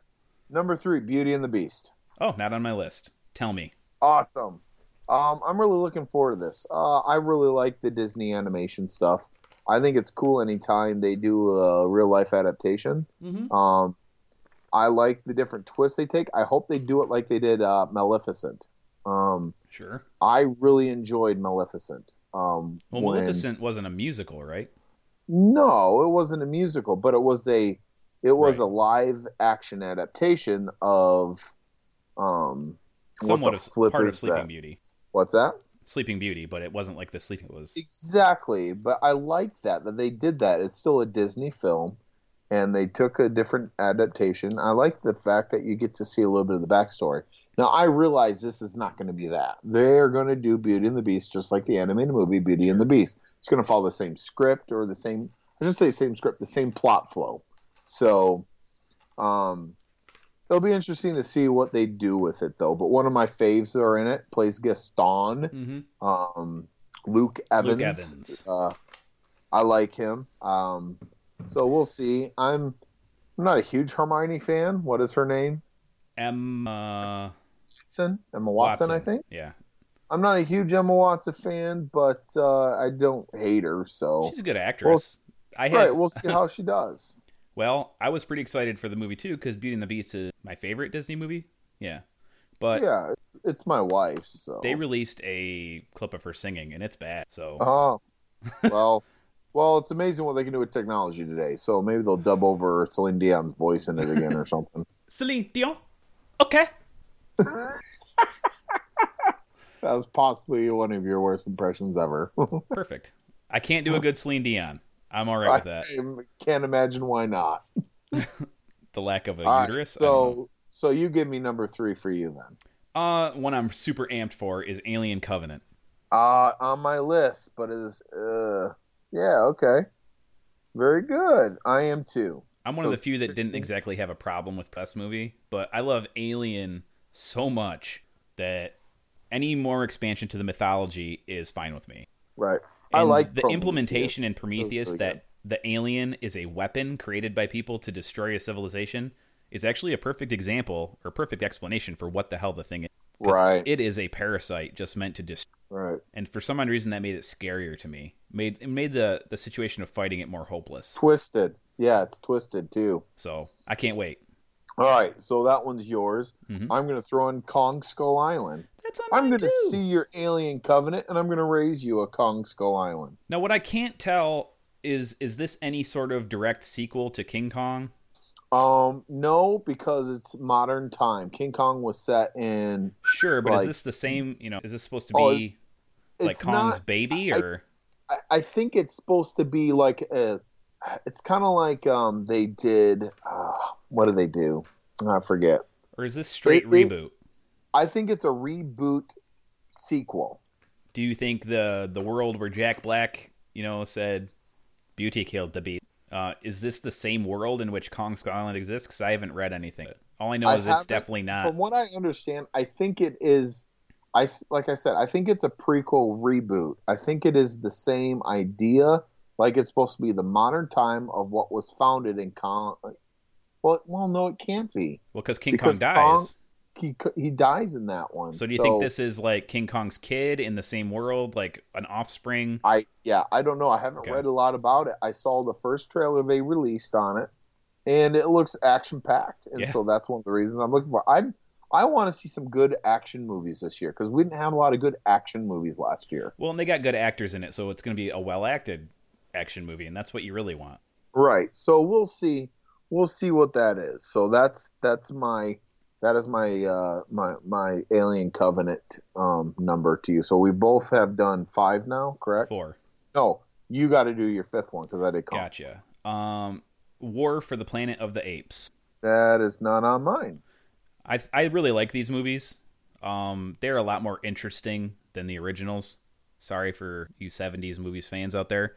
S1: Number three. Beauty and the Beast.
S3: Oh, not on my list. Tell me.
S1: awesome. Um, I'm really looking forward to this. Uh, I really like the Disney animation stuff. I think it's cool anytime they do a real life adaptation.
S3: Mm-hmm.
S1: Um, I like the different twists they take. I hope they do it like they did uh, Maleficent. Um,
S3: Sure.
S1: I really enjoyed Maleficent. Um,
S3: Well,
S1: when-
S3: Maleficent wasn't a musical, right?
S1: No, it wasn't a musical, but it was a it was
S3: Right.
S1: a live action adaptation of um what
S3: Somewhat
S1: the
S3: of
S1: flip
S3: part of
S1: is
S3: Sleeping
S1: that?
S3: Beauty.
S1: What's that?
S3: Sleeping Beauty, but it wasn't like the Sleeping it was.
S1: Exactly, but I like that that they did that. It's still a Disney film, and they took a different adaptation. I like the fact that you get to see a little bit of the backstory. Now I realize this is not going to be that. They're going to do Beauty and the Beast just like the animated movie Beauty and the Beast. It's going to follow the same script or the same I should say same script, the same plot flow. So, um, it'll be interesting to see what they do with it though. But one of my faves that are in it plays Gaston
S3: Mm-hmm.
S1: um, Luke Evans.
S3: Luke Evans.
S1: Uh, I like him. Um, so we'll see. I'm I'm not a huge Hermione fan. What is her name?
S3: Emma
S1: Watson? Emma Watson, I think.
S3: Yeah,
S1: I'm not a huge Emma Watson fan, but uh, I don't hate her. So
S3: she's a good actress. I had
S1: right, Oh. we'll see how she does.
S3: well, I was pretty excited for the movie too because Beauty and the Beast is my favorite Disney movie. Yeah, (laughs) but
S1: yeah, it's- it's my wife. So
S3: they released a clip of her singing and it's bad. So (laughs)
S1: Oh, well, well, it's amazing what they can do with technology today. So maybe they'll dub over Celine Dion's voice in it again or something.
S3: Celine Dion, okay.
S1: That was possibly one of your worst impressions ever. (laughs)
S3: Perfect. I can't do a good Celine Dion. I'm all right with that.
S1: Uh-huh. I can't imagine why not.
S3: The lack of a
S1: All right,
S3: uterus. I don't know.
S1: so, so you give me number three for you then.
S3: uh, one I'm super amped for is Alien Covenant.
S1: Uh, on my list, but is uh, yeah, okay, very good. I am too.
S3: I'm one of
S1: So- mm-hmm.
S3: the few that didn't exactly have a problem with this movie, but I love Alien so much that any more expansion to the mythology is fine with me.
S1: Right.
S3: And
S1: I like
S3: the
S1: Prometheus.
S3: implementation in
S1: That was
S3: Prometheus
S1: really
S3: that
S1: good.
S3: the alien is a weapon created by people to destroy a civilization is actually a perfect example or perfect explanation for what the hell the thing is. 'Cause
S1: Right.
S3: It is a parasite just meant to destroy.
S1: right
S3: And for some odd reason, that made it scarier to me. Made it made the the situation of fighting it more hopeless.
S1: twisted. Yeah, it's twisted too.
S3: So I can't wait.
S1: All right, so that one's yours.
S3: Mhm.
S1: I'm gonna throw in Kong Skull Island.
S3: That's on
S1: I'm
S3: mine,
S1: gonna
S3: too.
S1: see your alien covenant, and I'm gonna raise you a Kong Skull Island.
S3: Now, what I can't tell is is this any sort of direct sequel to King Kong?
S1: Um, no, because it's modern time. King Kong was set in.
S3: Sure, but is
S1: Like-
S3: this the same? You know, is this supposed to
S1: Oh,
S3: be like
S1: it's
S3: Kong's
S1: not-
S3: baby,
S1: I-
S3: or
S1: I, I think it's supposed to be like a. It's kind of like um they did. Uh, what did they do? I forget.
S3: or is this straight
S1: they-
S3: reboot?
S1: I think it's a reboot sequel.
S3: Do you think the the world where Jack Black, you know, said beauty killed the beast? Uh, is this the same world in which Kong Skull Island exists? 'Cause I haven't read anything. All I know
S1: I
S3: is it's
S1: haven't-
S3: definitely not.
S1: From what I understand, I think it is. I th- like I said, I think it's a prequel reboot. I think it is the same idea. Like it's supposed to be the modern time of what was founded in Kong. Well, well, no, it can't be.
S3: well, because King Kong
S1: because
S3: dies.
S1: Kong- he c- he dies in that one.
S3: So do you think this is like King Kong's kid in the same world, like an offspring?
S1: I yeah, I don't know. I haven't
S3: Okay.
S1: read a lot about it. I saw the first trailer they released on it, and it looks action packed, and
S3: Yeah.
S1: so that's one of the reasons I'm looking for. I I want to see some good action movies this year because we didn't have a lot of good action movies last year.
S3: Well, and they got good actors in it, so it's going to be a well acted action movie, and that's what you really want.
S1: Right. So we'll see. We'll see what that is. So that's that's my that is my uh my my Alien Covenant um number to you. So we both have done five now, correct?
S3: Four.
S1: No, you got to do your fifth one because I did count.
S3: Gotcha. Um, War for the Planet of the Apes.
S1: That is not on mine.
S3: I I really like these movies. Um, they're a lot more interesting than the originals. Sorry for you '70s movies fans out there,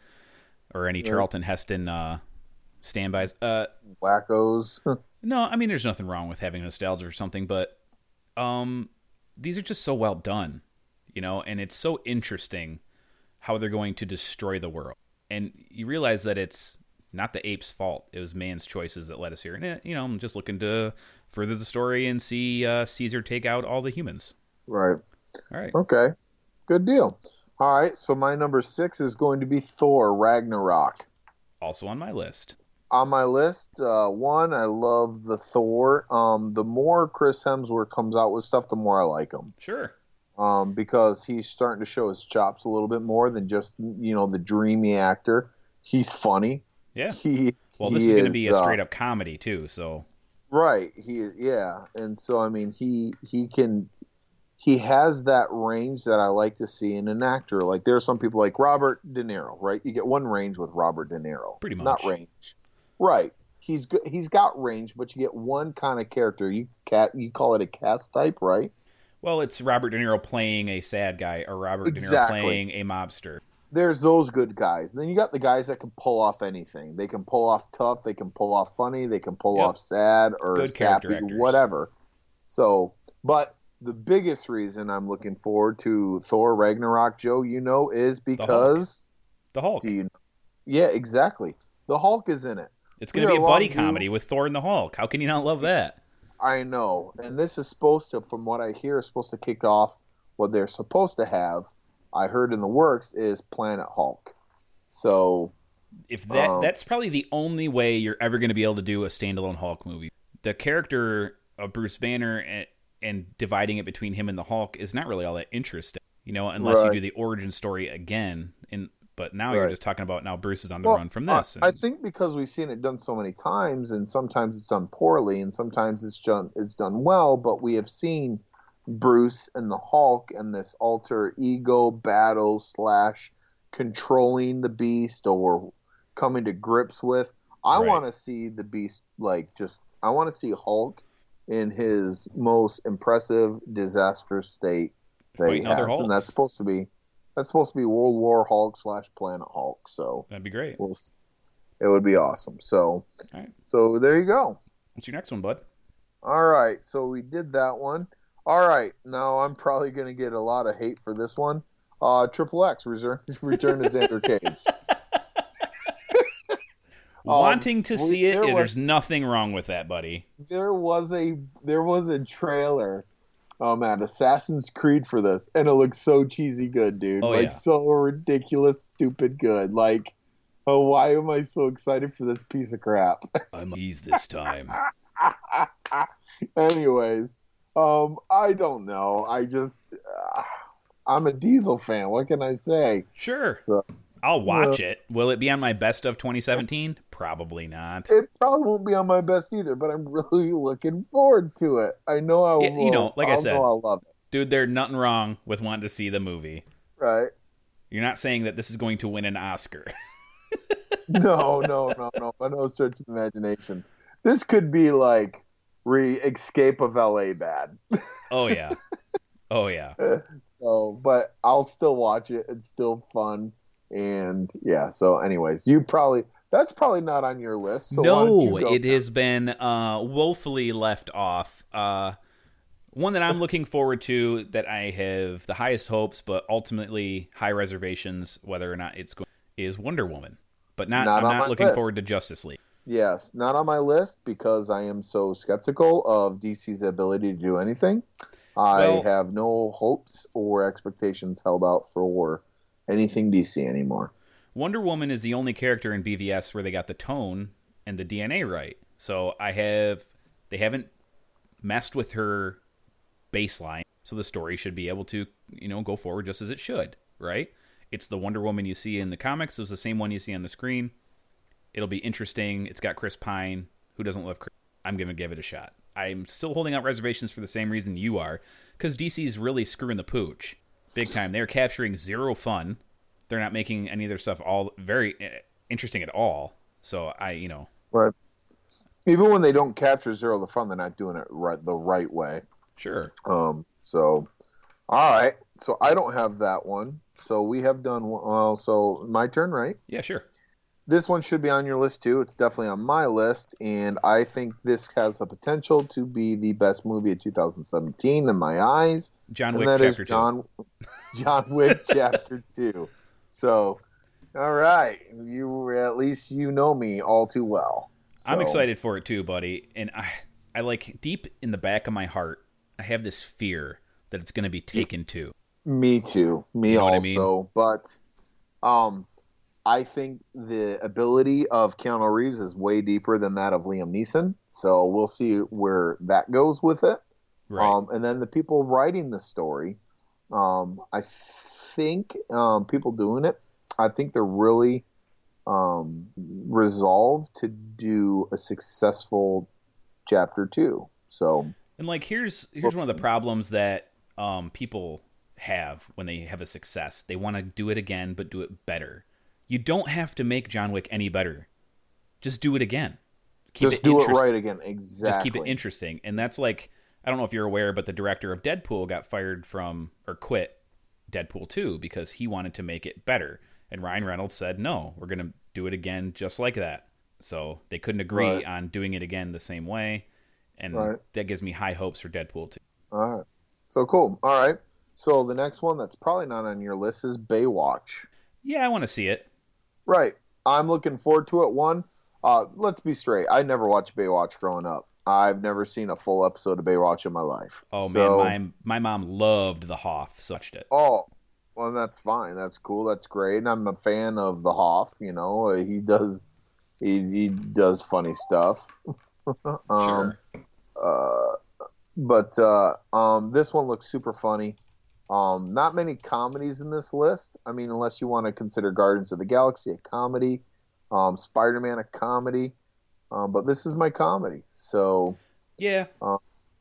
S3: or any Charlton Heston uh, standbys. Uh,
S1: Wackos.
S3: no, I mean there's nothing wrong with having nostalgia or something, but um, these are just so well done, you know, and it's so interesting how they're going to destroy the world. And you realize that it's not the ape's fault; it was man's choices that led us here. And eh, you know, I'm just looking to further the story and see uh, Caesar take out all the humans.
S1: right.
S3: All right,
S1: Okay. Good deal. All right. So my number six is going to be Thor Ragnarok.
S3: also on my list.
S1: on my list. Uh, one, I love the Thor. Um, the more Chris Hemsworth comes out with stuff, the more I like him
S3: Sure,
S1: um, because he's starting to show his chops a little bit more than just you know the dreamy actor. He's funny.
S3: yeah.
S1: He
S3: Well, this
S1: he
S3: is going to be a
S1: uh,
S3: straight up comedy too. So
S1: Right. He yeah, and so I mean he he can he has that range that I like to see in an actor. Like there are some people like Robert De Niro, right? You get one range with Robert De Niro.
S3: Pretty much.
S1: Not range. Right. He's good. He's got range, but you get one kind of character. You cat you call it a cast type, right?
S3: Well, it's Robert De Niro playing a sad guy, or Robert
S1: Exactly.
S3: De Niro playing a mobster.
S1: There's those good guys. Then you got the guys that can pull off anything. They can pull off tough, they can pull off funny, they can pull
S3: Yep.
S1: off sad or
S3: Good character
S1: sappy,
S3: actors.
S1: whatever. So, but the biggest reason I'm looking forward to Thor Ragnarok, Joe, you know, is because
S3: The Hulk.
S1: do you know? Yeah, exactly. The Hulk is in it.
S3: It's going to
S1: We
S3: be
S1: are
S3: a buddy
S1: long due-
S3: comedy with Thor and the Hulk. How can you not love that?
S1: I know, and this is supposed to, from what I hear, is supposed to kick off what they're supposed to have. I heard in the works is Planet Hulk. So
S3: If that
S1: Um,
S3: that's probably the only way you're ever going to be able to do a standalone Hulk movie. The character of Bruce Banner and, and dividing it between him and the Hulk is not really all that interesting, you know, unless you
S1: Right.
S3: do the origin story again. And but now you're
S1: Right.
S3: just talking about now Bruce is on the
S1: Well,
S3: run from this.
S1: I, I
S3: and-
S1: think because we've seen it done so many times, and sometimes it's done poorly, and sometimes it's done it's done well. But we have seen Bruce and the Hulk and this alter ego battle slash controlling the Beast or coming to grips with. I
S3: Right.
S1: want to see the Beast like just. I want to see Hulk in his most impressive disaster state that he
S3: Fighting other
S1: has, and
S3: Hulks.
S1: that's supposed to be. That's supposed to be World War Hulk slash Planet Hulk. So
S3: that'd be great.
S1: we'll s- it would be awesome so
S3: Alright.
S1: so there you go
S3: What's your next one,
S1: um,
S3: bud?
S1: all right so we did that one all right now i'm probably going to get a lot of hate for this one uh triple x
S3: (laughs)
S1: return, return to xander cage Um,
S3: Wanting to
S1: we-
S3: see it,
S1: there
S3: yeah,
S1: was-
S3: there's nothing wrong with that, buddy.
S1: there was a there was a trailer um at assassin's creed for this and it looked so cheesy good dude
S3: Oh,
S1: like
S3: yeah.
S1: so ridiculous stupid good like oh why am i so excited for this piece of crap
S3: I'm ease this time.
S1: (laughs) Anyways, um, I don't know. I just, uh, I'm a Diesel fan. What can I say?
S3: Sure.
S1: So- uh,
S3: I'll watch it. Will it be on my best of 2017? Probably not.
S1: It probably won't be on my best either, but I'm (laughs) really looking forward to it. I know I will.
S3: Yeah, you know, like I
S1: I'll
S3: said.
S1: know I'll love it.
S3: Dude, there's nothing wrong with wanting to see the movie.
S1: Right?
S3: You're not saying that this is going to win an Oscar. (laughs)
S1: No, no, no, no. By no stretch of the imagination, this could be like re Escape of L.A. bad.
S3: Oh yeah. Oh yeah.
S1: So, but I'll still watch it. It's still fun. And yeah, so anyways, you probably that's probably not on your list. So why don't
S3: no,
S1: you go
S3: it has been uh woefully left off. Uh one that I'm looking forward to that I have the highest hopes but ultimately high reservations whether or not it's going is Wonder Woman. But not,
S1: Not
S3: I'm
S1: on
S3: not
S1: my
S3: looking
S1: list.
S3: forward to Justice League.
S1: Yes, not on my list because I am so skeptical of DC's ability to do anything. I
S3: Well-
S1: have no hopes or expectations held out for anything DC anymore.
S3: Wonder Woman is the only character in BVS where they got the tone and the DNA right. So I have they haven't messed with her baseline. So the story should be able to, you know, go forward just as it should, right? It's the Wonder Woman you see in the comics, it's the same one you see on the screen. It'll be interesting. It's got Chris Pine. Who doesn't love Chris? I'm going to give it a shot. I'm still holding out reservations for the same reason you are cuz DC's really screwing the pooch big time. They're capturing zero fun they're not making any of their stuff all very eh, interesting at all. So I, you know,
S1: Right. Even when they don't capture zero the fun, they're not doing it right the right way.
S3: sure.
S1: Um. So, all right. So I don't have that one. So we have done one- well. So my turn, right?
S3: Yeah, sure.
S1: this one should be on your list too. It's definitely on my list, and I think this has the potential to be the best movie of 2017 in my eyes.
S3: John
S1: And
S3: Wick
S1: that is
S3: chapter
S1: John, (laughs) John Wick Chapter Two. So, all right, you at least you know me all too well.
S3: two. I'm
S1: So,
S3: excited for it too, buddy. And I, I like deep in the back of my heart, I have this fear that it's going to be taken too.
S1: Me too. Me
S3: You know what I
S1: also. But, um, I think the ability of Keanu Reeves is way deeper than that of Liam Neeson. So we'll see where that goes with it.
S3: Right.
S1: Um, and then the people writing the story, um, I think um, people doing it, I think they're really um, resolved to do a successful chapter two. So
S3: and like, here's here's one of the problems that um, people have when they have a success. They want to do it again, but do it better. You don't have to make John Wick any better. Just do it again. Keep
S1: just do it
S3: interest-
S1: right again. Exactly.
S3: just keep it interesting. And that's like I don't know if you're aware, but the director of Deadpool got fired from or quit Deadpool 2 because he wanted to make it better. And Ryan Reynolds said, "No, we're going to do it again just like that." So they couldn't agree
S1: Right.
S3: on doing it again the same way. And
S1: Right.
S3: that gives me high hopes for Deadpool 2.
S1: All right. So cool. All right. So the next one that's probably not on your list is Baywatch.
S3: Yeah, I want to see it.
S1: Right. I'm looking forward to it. One, uh, let's be straight. I never watched Baywatch growing up. I've never seen a full episode of Baywatch in my life.
S3: Oh
S1: So-
S3: man, my my mom loved the Hoff, so I watched it.
S1: Oh, well, that's fine. That's cool. That's great. And I'm a fan of the Hoff. You know, Uh, he does he, he does funny stuff. (laughs) um,
S3: Sure.
S1: Uh, but uh, um, this one looks super funny. Um, not many comedies in this list. I mean, unless you want to consider Guardians of the Galaxy a comedy, um, Spider Man a comedy. Um, but this is my comedy. So,
S3: Yeah,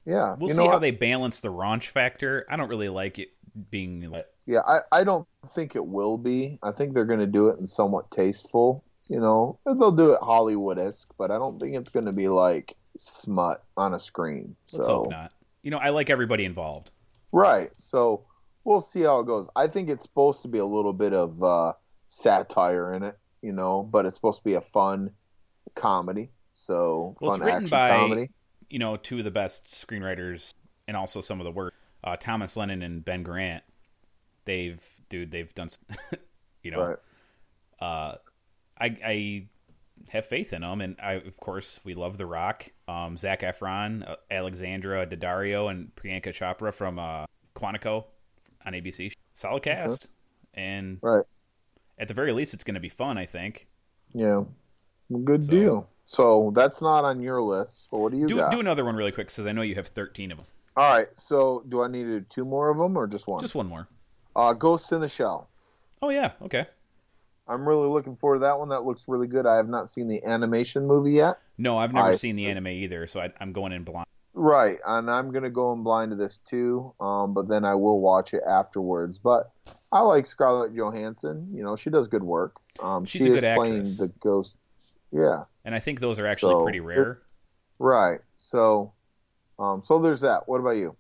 S1: yeah. you
S3: we'll see
S1: know
S3: how
S1: what?
S3: they balance the raunch factor. I don't really like it being like
S1: Yeah, I, I don't think it will be. I think they're going to do it in somewhat tasteful. You know, they'll do it Hollywood esque, but I don't think it's going to be like smut on a screen. So,
S3: let's hope not. You know, I like everybody involved.
S1: right. So we'll see how it goes. I think it's supposed to be a little bit of uh, satire in it, you know, but it's supposed to be a fun comedy. So,
S3: Well, it's
S1: fun
S3: written
S1: action
S3: by-
S1: comedy.
S3: you know, two of the best screenwriters and also some of the worst, uh, Thomas Lennon and Ben Grant. They've, dude, they've done, s- (laughs) you know,
S1: Right.
S3: uh, I, I have faith in them. And I, of course, we love The Rock, um, Zach Efron, uh, Alexandra Daddario, and Priyanka Chopra from uh, Quantico on ABC. Solid cast. And
S1: Right.
S3: at the very least, it's going to be fun, I think.
S1: Yeah. Good
S3: So-
S1: deal. So that's not on your list. So what do you
S3: Do,
S1: got?
S3: do another one really quick because I know you have 13 of them.
S1: All right. So do I need to do two more of them or just one?
S3: Just one more.
S1: Uh, Ghost in the Shell.
S3: Oh, yeah. Okay.
S1: I'm really looking forward to that one. That looks really good. I have not seen the animation movie yet.
S3: No, I've never
S1: I-
S3: seen the anime either, so I, I'm going in blind.
S1: Right, and I'm gonna go in blind to this too. Um, but then I will watch it afterwards. But I like Scarlett Johansson. You know, she does good work. Um,
S3: She's
S1: she
S3: a
S1: is
S3: good
S1: playing
S3: actress.
S1: the ghost. Yeah,
S3: And I think those are actually
S1: So,
S3: pretty rare.
S1: right. So, um, so there's that. What about you?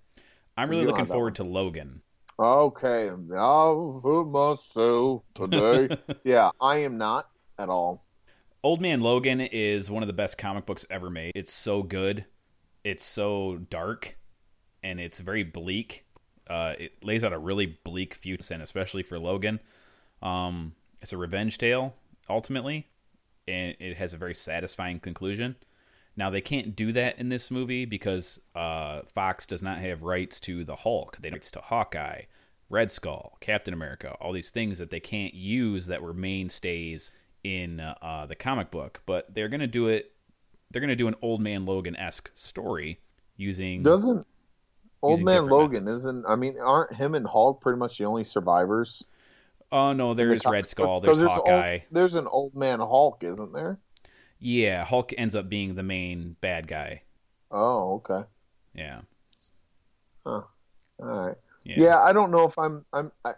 S3: I'm really
S1: you
S3: looking
S1: have that
S3: forward to Logan.
S1: Okay, I'll put myself
S3: (laughs)
S1: today. yeah, I am not at all.
S3: Old Man Logan is one of the best comic books ever made. It's so good. It's so dark and it's very bleak. Uh, it lays out a really bleak future, and especially for Logan. Um, it's a revenge tale, ultimately. and it has a very satisfying conclusion. Now they can't do that in this movie because uh, Fox does not have rights to the Hulk. They have rights to Hawkeye, Red Skull, Captain America, all these things that they can't use that were mainstays in uh, the comic book. But they're gonna do it. They're gonna do an Old Man Logan esque story using.
S1: Doesn't Old
S3: Using
S1: Man
S3: Mm. different
S1: Logan
S3: methods.
S1: isn't? I mean, aren't him and Hulk pretty much the only survivors?
S3: Oh no,
S1: in the
S3: there's Red
S1: comics
S3: Skull.
S1: books?
S3: There's
S1: 'Cause old-
S3: Hawkeye.
S1: there's an Old Man Hulk, isn't there?
S3: Yeah, Hulk ends up being the main bad guy.
S1: Oh, okay.
S3: Yeah.
S1: All right.
S3: Yeah.
S1: Yeah, I don't know if I'm. I'm. I,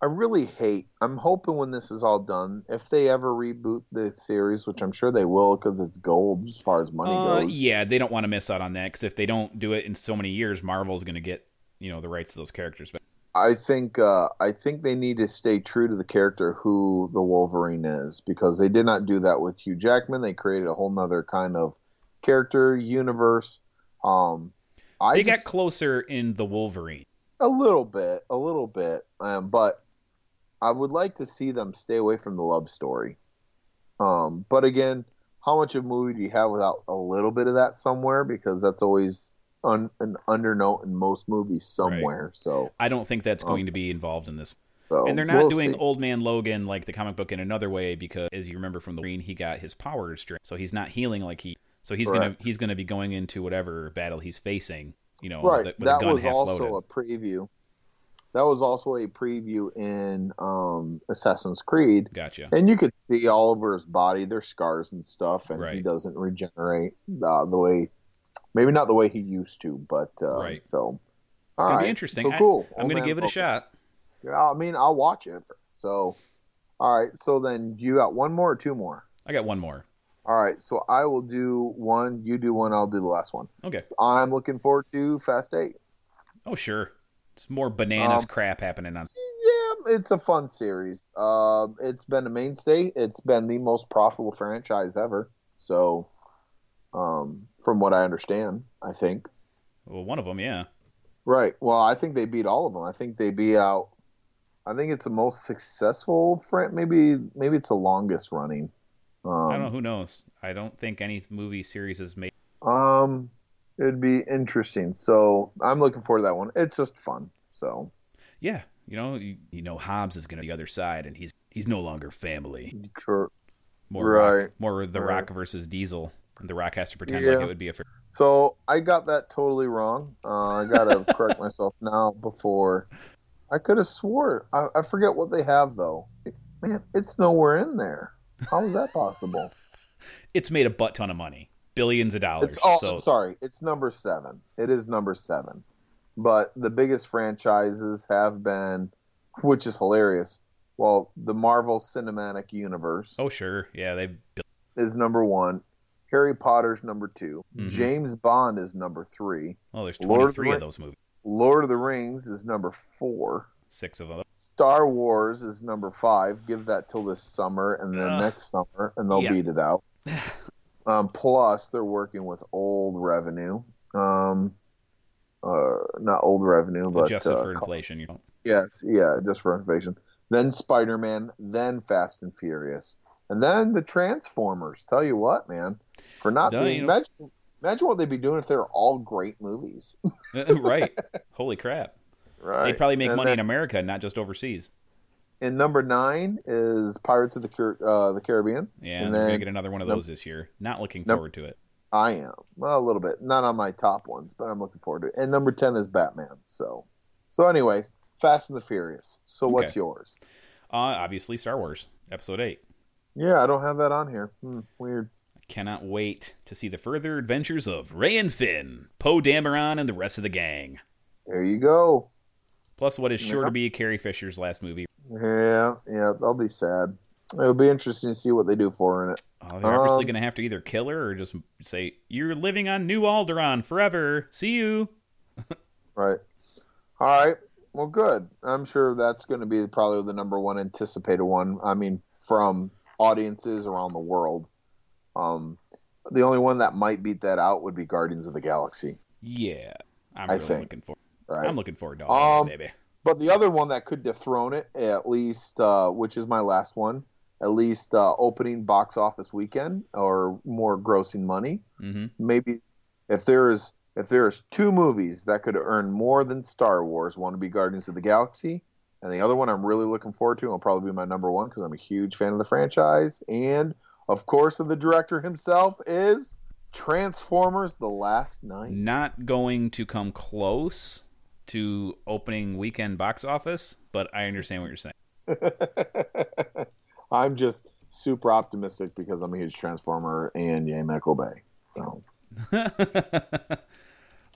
S1: I really hate. I'm hoping when this is all done, if they ever reboot the series, which I'm sure they will, because it's gold as far as money
S3: Uh,
S1: goes.
S3: yeah, they don't want to miss out on that because if they don't do it in so many years, Marvel's going to get you know the rights to those characters. But
S1: I think. Uh, I think they need to stay true to the character who the Wolverine is, because they did not do that with Hugh Jackman. They created a whole nother kind of character universe. Um, I
S3: they
S1: just-
S3: got closer in the Wolverine.
S1: A little bit, a little bit, um, but I would like to see them stay away from the love story. Um, but again, how much of a movie do you have without a little bit of that somewhere? Because that's always un- an undernote in most movies somewhere. So,
S3: I don't think that's
S1: Um,
S3: going to be involved in this.
S1: so
S3: And they're not
S1: Oh, we'll
S3: doing
S1: see.
S3: Old Man Logan like the comic book in another way because, as you remember from the Wolverine, he got his powers during, so he's not healing like he. So he's gonna
S1: Correct.
S3: he's gonna be going into whatever battle he's facing. You know,
S1: right.
S3: with, a- with
S1: that
S3: a gun
S1: was
S3: half
S1: also
S3: loaded.
S1: a preview. That was also a preview in um, Assassin's Creed,
S3: Gotcha.
S1: and you could see all over his body there's scars and stuff and he
S3: Right.
S1: doesn't regenerate uh, the way maybe not the way he used to but uh,
S3: Right.
S1: so
S3: It's
S1: all
S3: gonna
S1: right.
S3: be interesting.
S1: so
S3: I,
S1: cool
S3: I'm
S1: Old
S3: gonna
S1: Man
S3: give it a
S1: Logan.
S3: shot.
S1: yeah, i mean i'll watch it so all right so then you got one more or two more
S3: I got one more.
S1: all right so i will do one you do one i'll do the last one
S3: Okay.
S1: i'm looking forward to fast eight
S3: Oh sure. It's more bananas
S1: Um,
S3: crap happening on.
S1: Yeah, it's a fun series. Um, it's been a mainstay. It's been the most profitable franchise ever. So, um, from what I understand, I think.
S3: Well, one of them, yeah.
S1: Right. Well, I think they beat all of them. I think they beat out. I think it's the most successful. Fran- maybe maybe it's the longest running. Um,
S3: I don't know. Who knows? I don't think any movie series is made.
S1: Um, it'd be interesting. So I'm looking forward to that one. It's just fun. So
S3: Yeah, you know, you, you know, Hobbs is going to the other side, and he's he's no longer family.
S1: sure.
S3: More
S1: Right.
S3: Rock, more The
S1: Right.
S3: Rock versus Diesel. The Rock has to pretend
S1: Yeah.
S3: like it would be a. Fair...
S1: So I got that totally wrong. Uh, I
S3: (laughs)
S1: gotta correct myself now. Before I could have swore I, I forget what they have though. Man, it's nowhere in there. How is that
S3: (laughs)
S1: possible?
S3: It's made a butt ton of money, billions of dollars.
S1: it's all
S3: Oh, so
S1: sorry. It's number seven. It is number seven. But the biggest franchises have been, which is hilarious. Well, the Marvel Cinematic Universe
S3: oh sure, yeah, they. built
S1: is number one. Harry Potter's number 2
S3: Mhm.
S1: James Bond is number three.
S3: Oh, there's
S1: Lord of the
S3: 23 of
S1: Ring-
S3: those movies.
S1: Lord of the Rings is number four.
S3: Six of them.
S1: Star Wars is number five. Give that till this summer and then
S3: Ugh.
S1: next summer, and they'll
S3: Yeah.
S1: beat it
S3: (sighs)
S1: out. um, plus, they're working with old revenue. Um, uh, not old revenue, but
S3: adjusted
S1: uh,
S3: for inflation, you know.
S1: yes, yeah, just for inflation. Then Spider Man, then Fast and Furious, and then the Transformers. Tell you what, man, for not
S3: No,
S1: being
S3: you know-
S1: imagine, imagine what they'd be doing if they're all great movies. (laughs)
S3: (laughs) right. Holy crap.
S1: Right,
S3: They'd probably make
S1: And
S3: money
S1: then-
S3: in America, not just overseas.
S1: And number nine is Pirates of the Car- uh, the Caribbean.
S3: Yeah,
S1: And
S3: and they're gonna
S1: then-
S3: get another one of
S1: num-
S3: those this year. Not looking
S1: num-
S3: forward to it.
S1: I am well, a little bit, not on my top ones, but I'm looking forward to it. And number ten is Batman. So, so anyways, Fast and the Furious. So what's
S3: Okay.
S1: yours?
S3: Uh, obviously, Star Wars Episode Eight.
S1: Yeah, I don't have that on here. Hmm, weird.
S3: Cannot wait to see the further adventures of Ray and Finn, Poe Dameron, and the rest of the gang.
S1: There you go.
S3: Plus, what is sure
S1: Yeah.
S3: to be Carrie Fisher's last movie.
S1: Yeah, yeah, I'll be sad. It'll be interesting to see what they do for her in it.
S3: Uh, they're obviously
S1: Um,
S3: going to have to either kill her or just say, You're living on New Alderaan forever. See you.
S1: Right. All right. Well, good. I'm sure that's going to be probably the number one anticipated one. I mean, from audiences around the world. Um, the only one that might beat that out would be Guardians of the Galaxy,
S3: Yeah. I'm
S1: I
S3: really
S1: think,
S3: looking forward.
S1: right?
S3: I'm looking forward to all
S1: Um,
S3: of it, baby.
S1: but the other one that could dethrone it, at least, uh, which is my last one, at least uh, opening box office weekend or more grossing money.
S3: Mm-hmm.
S1: Maybe if there is if there is two movies that could earn more than Star Wars, one would be Guardians of the Galaxy, and the other one I'm really looking forward to. and will probably be my number one because I'm a huge fan of the franchise, and of course of the director himself is Transformers: The Last Night.
S3: Not going to come close to opening weekend box office, but I understand what you're saying.
S1: (laughs) I'm just super optimistic because I'm a huge Transformer and Yay Michael Bay. So
S3: (laughs)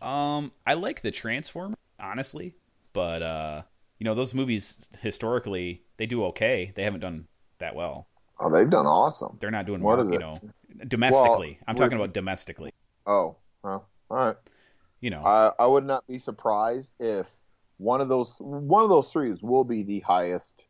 S3: um, I like the Transformer, honestly, but uh, you know those movies historically they do okay. They haven't done that well.
S1: oh, they've done awesome.
S3: They're not doing
S1: What
S3: well,
S1: is
S3: you
S1: it?
S3: know, domestically.
S1: Well,
S3: I'm
S1: we're-
S3: talking about domestically.
S1: Oh, well, all right.
S3: You know,
S1: I, I would not be surprised if one of those one of those threes will be the highest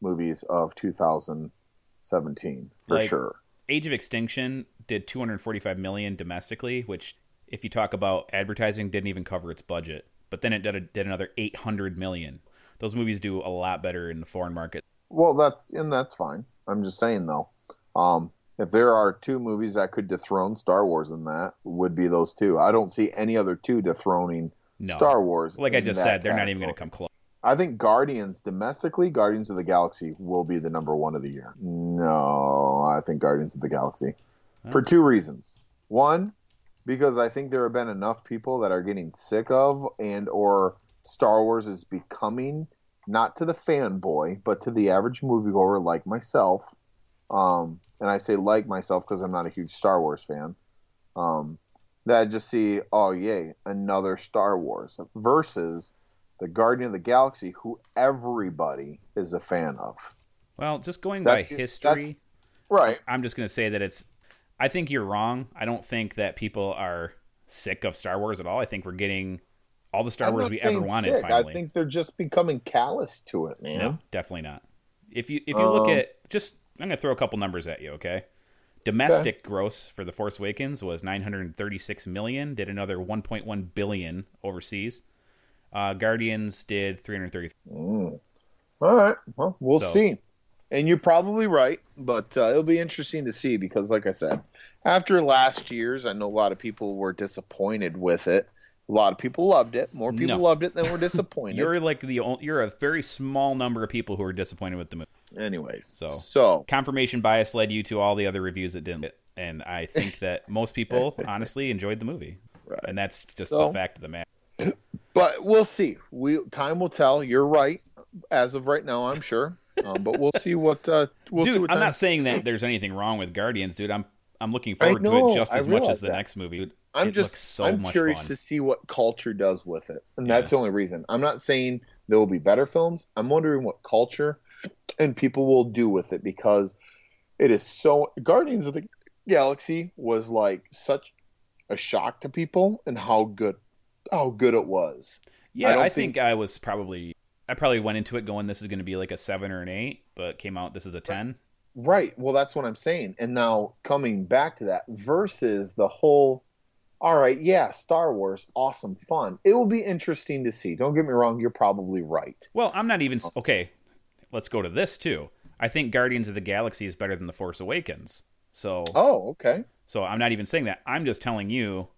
S1: movies of 2017 for
S3: Like-
S1: sure.
S3: Age of Extinction did 245 million domestically, which if you talk about advertising didn't even cover its budget. But then it did, did another 800 million. Those movies do a lot better in the foreign market.
S1: Well, that's and that's fine. I'm just saying though, um, if there are two movies that could dethrone Star Wars in that, would be those two. I don't see any other two dethroning
S3: No.
S1: Star Wars.
S3: Like I
S1: in
S3: just
S1: that
S3: said, they're not even
S1: category.
S3: going to come close.
S1: I think Guardians domestically, Guardians of the Galaxy will be the number one of the year. No, I think Guardians of the Galaxy for two reasons. One, because I think there have been enough people that are getting sick of and or Star Wars is becoming not to the fanboy, but to the average moviegoer like myself. Um, and I say like myself because I'm not a huge Star Wars fan. Um, that I just see, oh yay, another Star Wars versus the Guardian of the Galaxy, who everybody is a fan of.
S3: Well, just going
S1: That's-
S3: by
S1: that's-
S3: history,
S1: Right.
S3: I'm just going to say that it's. I think you're wrong. I don't think that people are sick of Star Wars at all. I think we're getting all the Star
S1: I'm
S3: Wars
S1: not
S3: we ever
S1: saying
S3: wanted.
S1: sick.
S3: Finally,
S1: I think they're just becoming callous to it, man.
S3: No, definitely not. If you if you look
S1: Um,
S3: at just I'm going to throw a couple numbers at you, okay? Domestic gross for The Force Awakens was 936 million, did another 1.1 billion overseas. Uh, Guardians did 333.
S1: All right. Well, we'll
S3: So-
S1: see. And you're probably right, but uh, it'll be interesting to see because, like I said, after last year's, I know a lot of people were disappointed with it. A lot of people loved it. More people
S3: No.
S1: loved it
S3: (laughs)
S1: than were disappointed.
S3: You're like the only, you're a very small number of people who are disappointed with the movie.
S1: Anyways,
S3: So.
S1: so
S3: Confirmation bias led you to all the other reviews that didn't, and I think that
S1: (laughs)
S3: most people honestly enjoyed the movie,
S1: Right.
S3: and that's just
S1: So-
S3: the fact of the matter.
S1: But we'll see. We time will tell. You're right. As of right now, I'm sure. Um, but we'll see what uh, we'll see.
S3: dude,
S1: What
S3: I'm
S1: time-
S3: not saying
S1: (laughs)
S3: that there's anything wrong with Guardians, dude. I'm I'm looking forward to
S1: know,
S3: it just
S1: I
S3: as much as
S1: realize
S3: the
S1: that.
S3: next movie. Dude,
S1: I'm
S3: it
S1: just
S3: looks so
S1: I'm
S3: much
S1: curious
S3: fun.
S1: to see what culture does with it, and
S3: Yeah.
S1: that's the only reason. I'm not saying there will be better films. I'm wondering what culture and people will do with it because it is so. Guardians of the Galaxy was like such a shock to people and how good how good it was. I
S3: yeah,
S1: don't
S3: I, think, I was probably I probably went into it going this is going to be like a seven or an eight, but came out this is a ten.
S1: Right. Well, that's what I'm saying. And now coming back to that versus the whole, all right, yeah, Star Wars, awesome fun. It will be interesting to see. Don't get me wrong. You're probably right.
S3: Well, I'm not even s-
S1: Oh.
S3: okay. Let's go to this too. I think Guardians of the Galaxy is better than The Force Awakens. So
S1: Oh, okay.
S3: so I'm not even saying that. I'm just telling you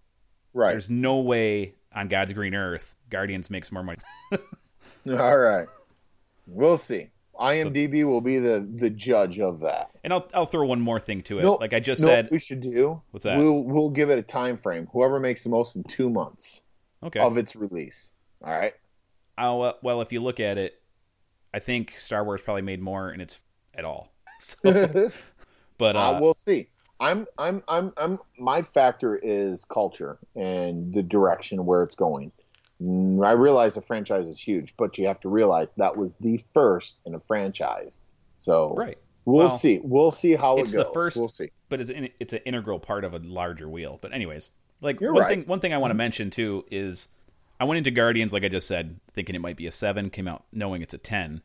S1: Right.
S3: there's no way on God's green earth Guardians makes more money. (laughs)
S1: (laughs) All right. We'll see. IMDb will be the, the judge of that.
S3: And I'll I'll throw one more thing to it.
S1: No,
S3: like I just
S1: You know what
S3: said,
S1: we should do?
S3: What's that?
S1: We'll we'll give it a time frame. Whoever makes the most in two months
S3: okay.
S1: of its release. All right.
S3: Oh uh, well, if you look at it, I think Star Wars probably made more in its at all. (laughs) So, but uh,
S1: uh, we'll see. I'm, I'm, I'm, I'm. My factor is culture and the direction where it's going. Mm, I realize the franchise is huge, but you have to realize that was the first in a franchise. So
S3: right,
S1: we'll
S3: Well,
S1: see. We'll see how it
S3: it's the
S1: goes.
S3: first-
S1: We'll see.
S3: but it's in, it's an integral part of a larger wheel. But anyways, like
S1: You're
S3: one
S1: right. Mm-hmm.
S3: thing one thing I want to mention too is I went into Guardians like I just said, thinking it might be a seven, came out knowing it's a ten.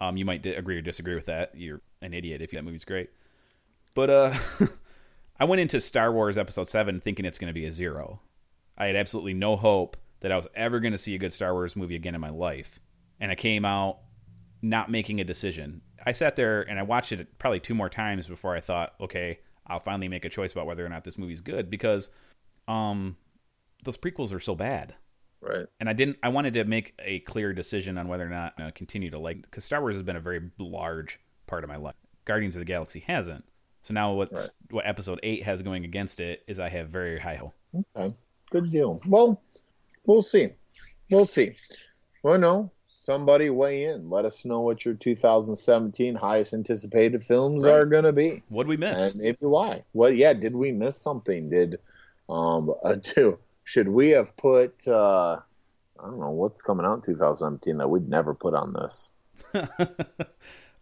S3: Um, you might di- agree or disagree with that. You're an idiot if that movie's great. But uh, (laughs) I went into Star Wars Episode Seven thinking it's going to be a zero. I had absolutely no hope that I was ever going to see a good Star Wars movie again in my life, and I came out not making a decision. I sat there and I watched it probably two more times before I thought, okay, I'll finally make a choice about whether or not this movie's good because um those prequels are so bad.
S1: Right.
S3: And I didn't I wanted to make a clear decision on whether or not uh, continue to like cuz Star Wars has been a very large part of my life. Guardians of the Galaxy hasn't. So now what's what episode 8 has going against it is I have very high hope.
S1: Okay. Good deal. Well, we'll see. We'll see. Well, no. Somebody weigh in. Let us know what your 2017 highest anticipated films
S3: Right.
S1: are going to be.
S3: What'd we miss?
S1: And maybe why. Well, yeah, did we miss something? Did um (laughs) uh, do, should we have put uh I don't know what's coming out in 2017 that we'd never put on this.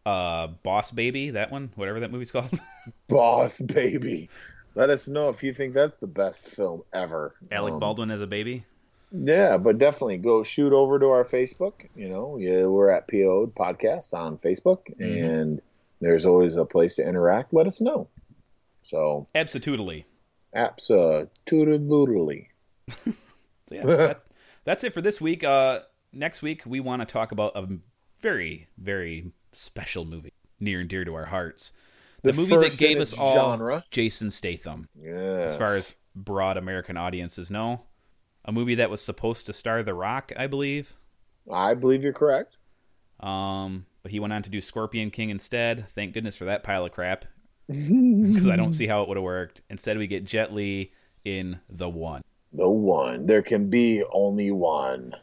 S3: uh Boss Baby, that one, whatever that movie's (laughs) called.
S1: Boss baby. Let us know if you think that's the best film ever.
S3: Alec
S1: Um,
S3: Baldwin as a baby.
S1: Yeah, but definitely go shoot over to our Facebook. You know, yeah, we're at PO Podcast on Facebook,
S3: Mm-hmm.
S1: and there's always a place to interact. Let us know. So, uh,
S3: Absolutely.
S1: absolutely.
S3: So yeah, that's, (laughs) that's it for this week. Uh, next week we want to talk about a very, very special movie, near and dear to our hearts. The,
S1: The
S3: movie that
S1: first in
S3: gave us
S1: its
S3: all
S1: genre.
S3: Jason Statham,
S1: Yeah.
S3: as far as broad American audiences know. A movie that was supposed to star The Rock, I believe.
S1: I believe you're
S3: (laughs)
S1: correct.
S3: Um, but he went on to do Scorpion King instead. Thank goodness for that pile of crap, because
S1: (laughs)
S3: I don't see how it would have worked. Instead, we get Jet Li in The One.
S1: The one. There can be only one.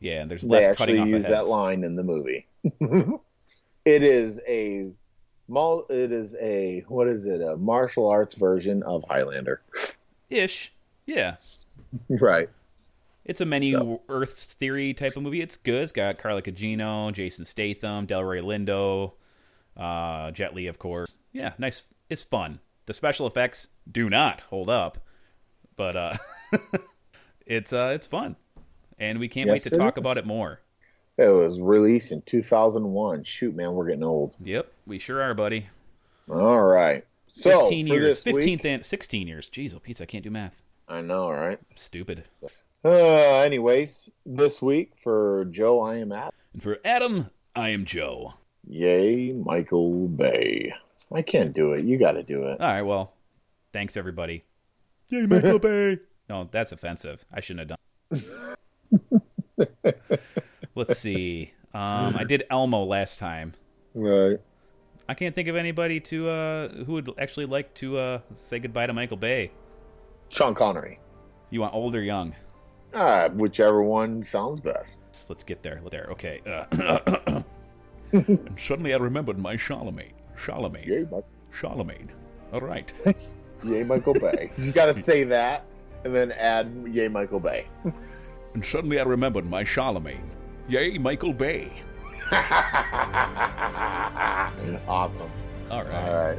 S3: Yeah, and there's
S1: They
S3: less
S1: actually
S3: cutting off
S1: use
S3: of
S1: that
S3: heads.
S1: line in the
S3: (laughs)
S1: movie. it is a mul- it is a what is it? A martial arts version of Highlander. (laughs)
S3: ish. Yeah,
S1: right.
S3: It's a many Earths theory type of movie. It's good. It's got Carla Cagino, Jason Statham, Delroy Lindo, uh, Jet Li, of course. Yeah, nice. It's fun. The special effects do not hold up, but uh, (laughs) it's uh, it's fun, and we can't
S1: Yes,
S3: wait to
S1: it
S3: talk
S1: is.
S3: about it more.
S1: It was released in 2001. Shoot, man, we're getting old.
S3: Yep, we sure are, buddy.
S1: All right. So,
S3: Fifteen
S1: for
S3: years,
S1: this
S3: fifteenth
S1: week,
S3: and sixteen years. Jeez, oh, pizza, I can't do math.
S1: I know, right?
S3: I'm stupid.
S1: Uh, anyways, this week for Joe, I am at.
S3: And for Adam, I am Joe.
S1: Yay, Michael Bay. I can't do it. You got to do it.
S3: All right, well, thanks everybody. Yay, (laughs) Michael Bay. No, that's offensive. I shouldn't have done. (laughs) Let's see. Um, I did Elmo last time.
S1: Right.
S3: I can't think of anybody to uh, who would actually like to uh, say goodbye to Michael Bay.
S1: Sean Connery.
S3: You want old or young?
S1: Uh, whichever one sounds best.
S3: Let's get there. There. Okay. Uh, (coughs) and suddenly I remembered my Charlemagne. Charlemagne.
S1: Yay, Mi-
S3: Charlemagne. All right.
S1: Yay Michael Bay. You got to say that and then add Yay, Michael Bay. (laughs)
S3: And suddenly I remembered my Charlemagne. Yay, Michael Bay.
S1: awesome.
S3: All right.
S1: All right.